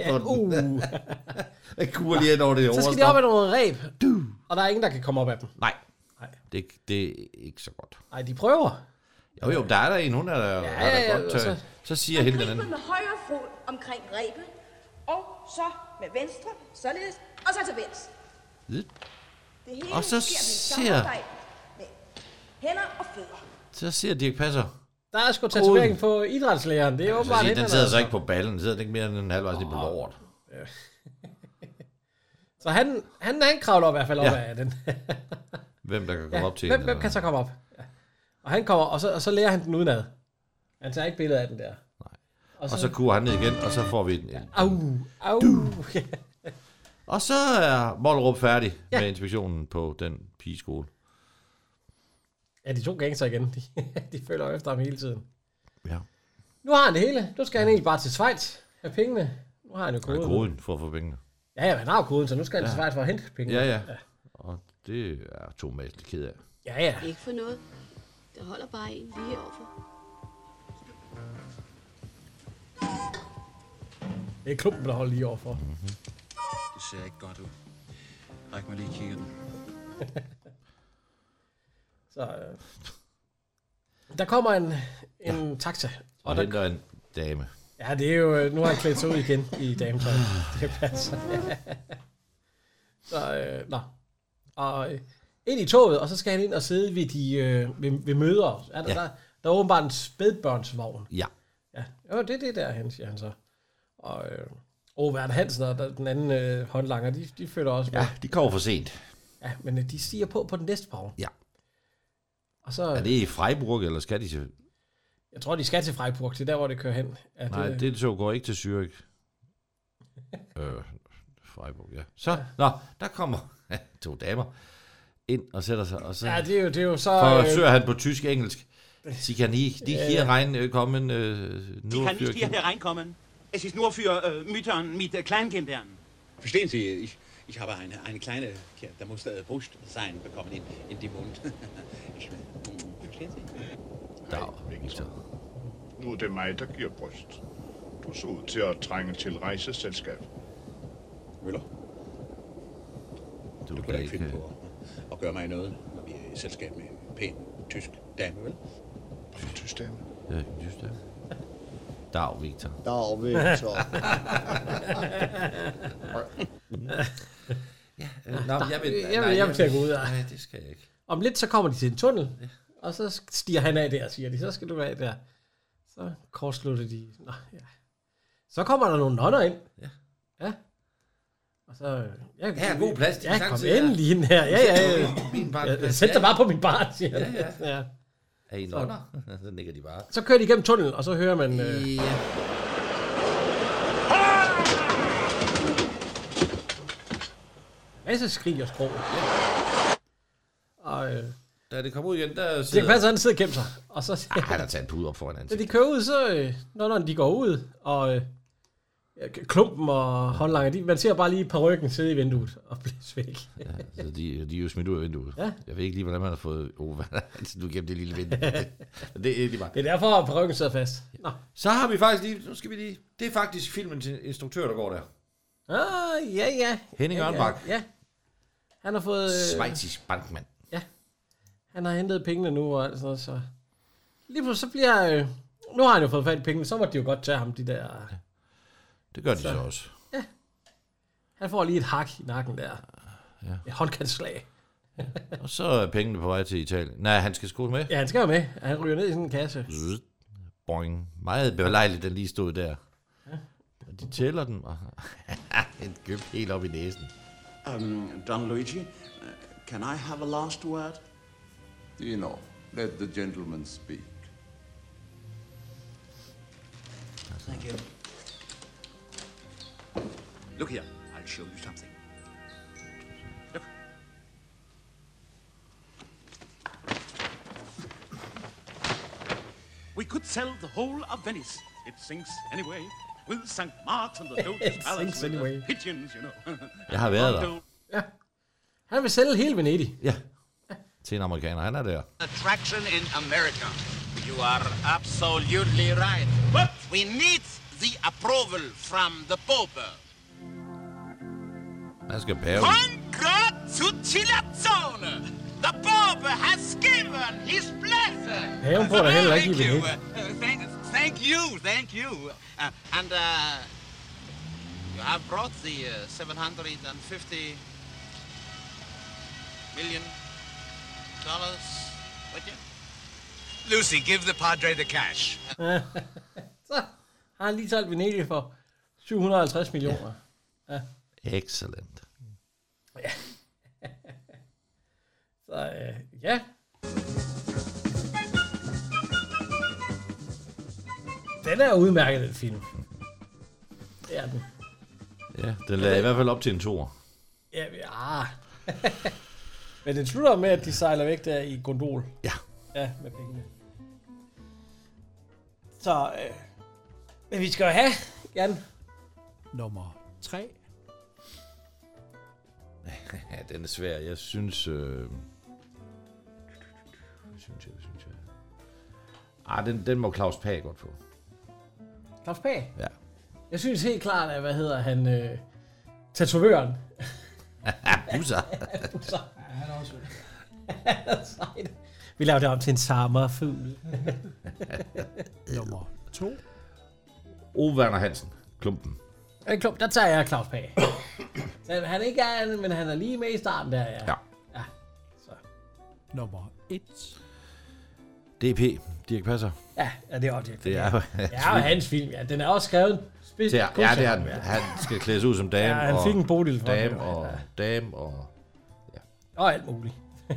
sidde på
uh.
den. [LAUGHS] Han kurer lige ind over det
Så skal de
overstop.
op ad nogle ræb, og der er ingen, der kan komme op ad dem.
Nej, det, det er ikke så godt.
Nej, de prøver.
Jo, jo, der er der en, hun er der, ja, er der
ja, altså-
godt
og
tør.
så-
Så, siger hende den
Griber
anden.
med højre fod omkring rebet, og så med venstre, således, og så til venstre.
Lidt.
Det hele
Og så
sker med et
ser-
samarbejde med hænder og fødder.
Så siger Dirk Passer.
Der er sgu tatovering på idrætslæreren. Det er
Så
åbenbart
siger,
hende,
den
han
sidder
har-
så ikke på ballen, den sidder ikke mere end en halvvejs lige på lort.
Så han, han, han kravler i hvert fald op
Ja.
ja. af den.
Hvem der kan komme
ja,
op til
hvem,
hende,
hvem kan så komme op? Ja. Og han kommer, og så, og så lærer han den udenad. Han tager ikke billeder af den der. Nej.
Og så, og så kurer han ned igen, og så får vi den. Ja.
Au, au.
Og så er Mollerup færdig
Ja.
ja. med inspektionen på den pigeskole.
ja, de to gangster igen. [LAUGHS] De, de følger efter ham hele tiden.
Ja.
Nu har han det hele. Nu skal han egentlig bare til Schweiz. Have pengene. Nu har han jo
Og
koden.
koden for at få pengene.
Ja, ja, han har jo koden, så nu skal han ja. til
Ja.
Schweiz for at hente pengene.
Ja, ja. Og det er Thomas lidt ked af.
Ja, ja.
Ikke for noget. Der holder bare en lige overfor.
Det er klumpen, der holder lige overfor. Mm-hmm.
Det ser ikke godt ud. Ræk mig lige kigge den.
[LAUGHS] Så, øh, der kommer en, en ja. taxa.
Og, og
der,
henter en dame.
ja, det er jo... øh, Nu har han klædt sig ud igen i dametøj. Det passer. så, øh, nå. Og øh, ind i toget, og så skal han ind og sidde ved, de, øh, ved, ved møder. Er der, ja.
Ja.
der, der er åbenbart en spædbørnsvogn.
Ja.
Ja, jo, det er det der, han siger han så. Og øh, Ove Werner Hansen og der- den anden øh, håndlanger, de, de følger også med.
Ja, de kommer for sent.
Ja, men øh, de stiger på på den næste vogn.
Ja.
Og så,
Er
det...
det i Freiburg, eller skal de til...
jeg tror, de skal til Freiburg, det er der, hvor det kører hen. øh, Ja,
Nej, det så går ikke til Zürich. øh, Freiburg, ja. Så, ja. nå, der kommer [LAUGHS] to damer ind og sætter sig, og så...
Ja, det er jo- det er jo så,
For
øh,
søger han på tysk engelsk. De kan ikke, de
Ja,
her
ja.
regne øh, komme en
Die
øh,
kann nicht
Nordfyrking.
hierher reinkommen. Es ist nur für äh, Müttern mit äh, Kleinkindern.
Verstehen Sie, ich, ich habe eine, eine kleine, da muss äh, Brust sein bekommen in, in die Mund. [LAUGHS] Ich, Klette.
Dag, Victor. Nu er det mig, der giver bryst. Du så ud til at trænge til rejseselskab.
Møller. Du, du kan da ikke finde
øh,
på at- at gøre mig noget, når vi er i selskab med en pæn tysk dame, vel?
En tysk dame?
Ja, just det. Dag, Victor.
Dag, Victor.
ja, øh, nå, men jeg vil...
jeg vil hjem til at gå ud af.
Nej, det skal jeg ikke.
Om lidt, så kommer de til en tunnel, og så stiger han af der, siger de. Så skal du af der. Så kortslutter de. Nå, ja. Så kommer der nogle nonner ind.
Ja.
Ja. Og så... øh, Ja,
Her er god plads til
Ja,
sang
kom
til jer.
endelig ind her. Ja,
[LAUGHS]
ja,
Sæt dig
ja.
på min bar-
Ja, Sæt dig bare på min bar, siger
Ja,
han.
ja.
ja.
Er I
Så-
nonner? så nikker de bare.
Så kører de igennem tunnelen, og så hører man... Øh,
ja.
Masse skrig og skrog. Og, øh,
Da det kommer ud igen, der
det kan passe, at han sidder og gemmer sig. Og så,
Ah, han har taget en pude op foran
Da
ansigtet.
de kører ud, så øh, når, når de går ud, og øh, ja, klumpen og håndlanger, de, man ser bare lige par ryggen sidde i vinduet og [LAUGHS] blæse væk.
Ja, så de, de er jo smidt ud af vinduet.
Ja.
Jeg ved ikke lige, hvordan man har fået... Oh, hvad [LAUGHS] er du gennem det lille vindue? Men det er de bare.
Det er derfor, at parrykken sidder fast. Nå.
Så har vi faktisk lige... Nu skal vi lige... Det er faktisk filmens instruktør, der går der.
Ah, ja, ja.
Henning
ja, Øh. ja,
Ørnbak.
ja. Han har fået...
Svejtisk bankmand.
Han har hentet pengene nu og alt sådan noget, så... Lige pludselig så bliver... Øh, nu har han jo fået fat i pengene, så må de jo godt tage ham, de der...
Det gør de så, så også.
Han får lige et hak i nakken der.
Ja.
Et håndkantslag.
Og så er pengene på vej til Italien. Nej, han skal skole med.
Ja, han skal jo med. Han ryger ned i sådan en kasse.
Zzz. Boing. Meget belejligt, den lige stod der.
Ja.
Og de tæller den, og [LAUGHS] han købt helt op i næsen.
Um, Don Luigi, uh, can I have a last word?
You know, let the gentleman speak.
Thank you. Look here, I'll show you something. Look. We could sell the whole of Venice. It sinks anyway. With St.
[LAUGHS]
Mark's and the
It
Doge's
sinks
Palace with
anyway.
the pigeons, you know. [LAUGHS]
Jeg har været der.
Rondo.
Han vil sælge hele Venedig.
Ja. Til en amerikaner, han er der.
attraction in America. You are absolutely right. But we need the approval from the Pope.
Han skal pæve.
Congratulazione! The Pope has given his blessing.
Paven får da heller ikke i
Thank you.
Venedig.
Uh, thank, thank you, thank you. Uh, and uh, you have brought the uh, 750 million dollars, would you? Lucy, give the Padre the cash.
Ja. så har han lige solgt Venedig for 750 millioner. Ja.
Excellent.
Så øh, ja. Den er udmærket, den film. Det er den.
Ja, den lader i hvert fald op til en tor.
Ja, vi- ah. [LAUGHS] Men den slutter med, at de sejler væk der i gondol.
Ja.
Ja, med pengene. Så, øh, men vi skal jo have, Jan.
Nummer 3.
Ja, den er svær. Jeg synes... Øh... Hvad synes jeg, hvad synes jeg? Ah, den, den må Claus Pag godt få.
Claus Pag.
Ja.
Jeg synes helt klart, at, hvad hedder han, øh, tatovøren. [LAUGHS]
Busser.
Busser.
Ja, han er også
Sejt. Vi laver det om til en sommerfugl.
Nummer 2.
Ove Werner Hansen. Klumpen.
En klump, der tager jeg Claus Pag. [COUGHS] Så han er ikke er, men han er lige med i starten der, ja.
Ja.
Nummer 1.
DP. Dirk Passer.
Ja, ja det er også det.
Det er jo
det
[LAUGHS]
er jo hans film, ja. Den er også skrevet spids.
Ja, ja, det er den. Han skal klædes ud som dame.
Ja, han fik
og
en Bodil for
Dame
det.
og... Dame og...
Og alt muligt. [LAUGHS]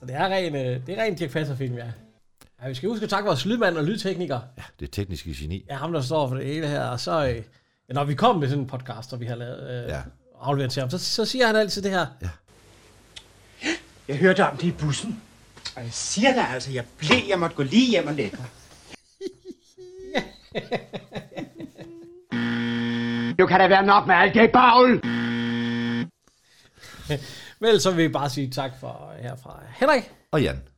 så det er ren, øh, det er ren Dirk Passer film, ja. ja. vi skal huske at takke vores lydmand og lydtekniker.
Det tekniske geni.
Ja, ham der står for det hele her. Og så, øh, ja, når vi kom med sådan en podcast, og vi har lavet, øh, ja. afleveret til ham, så, så siger han altid det her. Ja.
Jeg hørte om det i bussen. Og jeg siger dig altså, jeg blev, jeg måtte gå lige hjem og lægge mig.
[LAUGHS] Du kan da være nok med alt det
[LAUGHS]
bagl!
Men ellers så vil vi bare sige tak for øh, herfra. Henrik
Og Jan.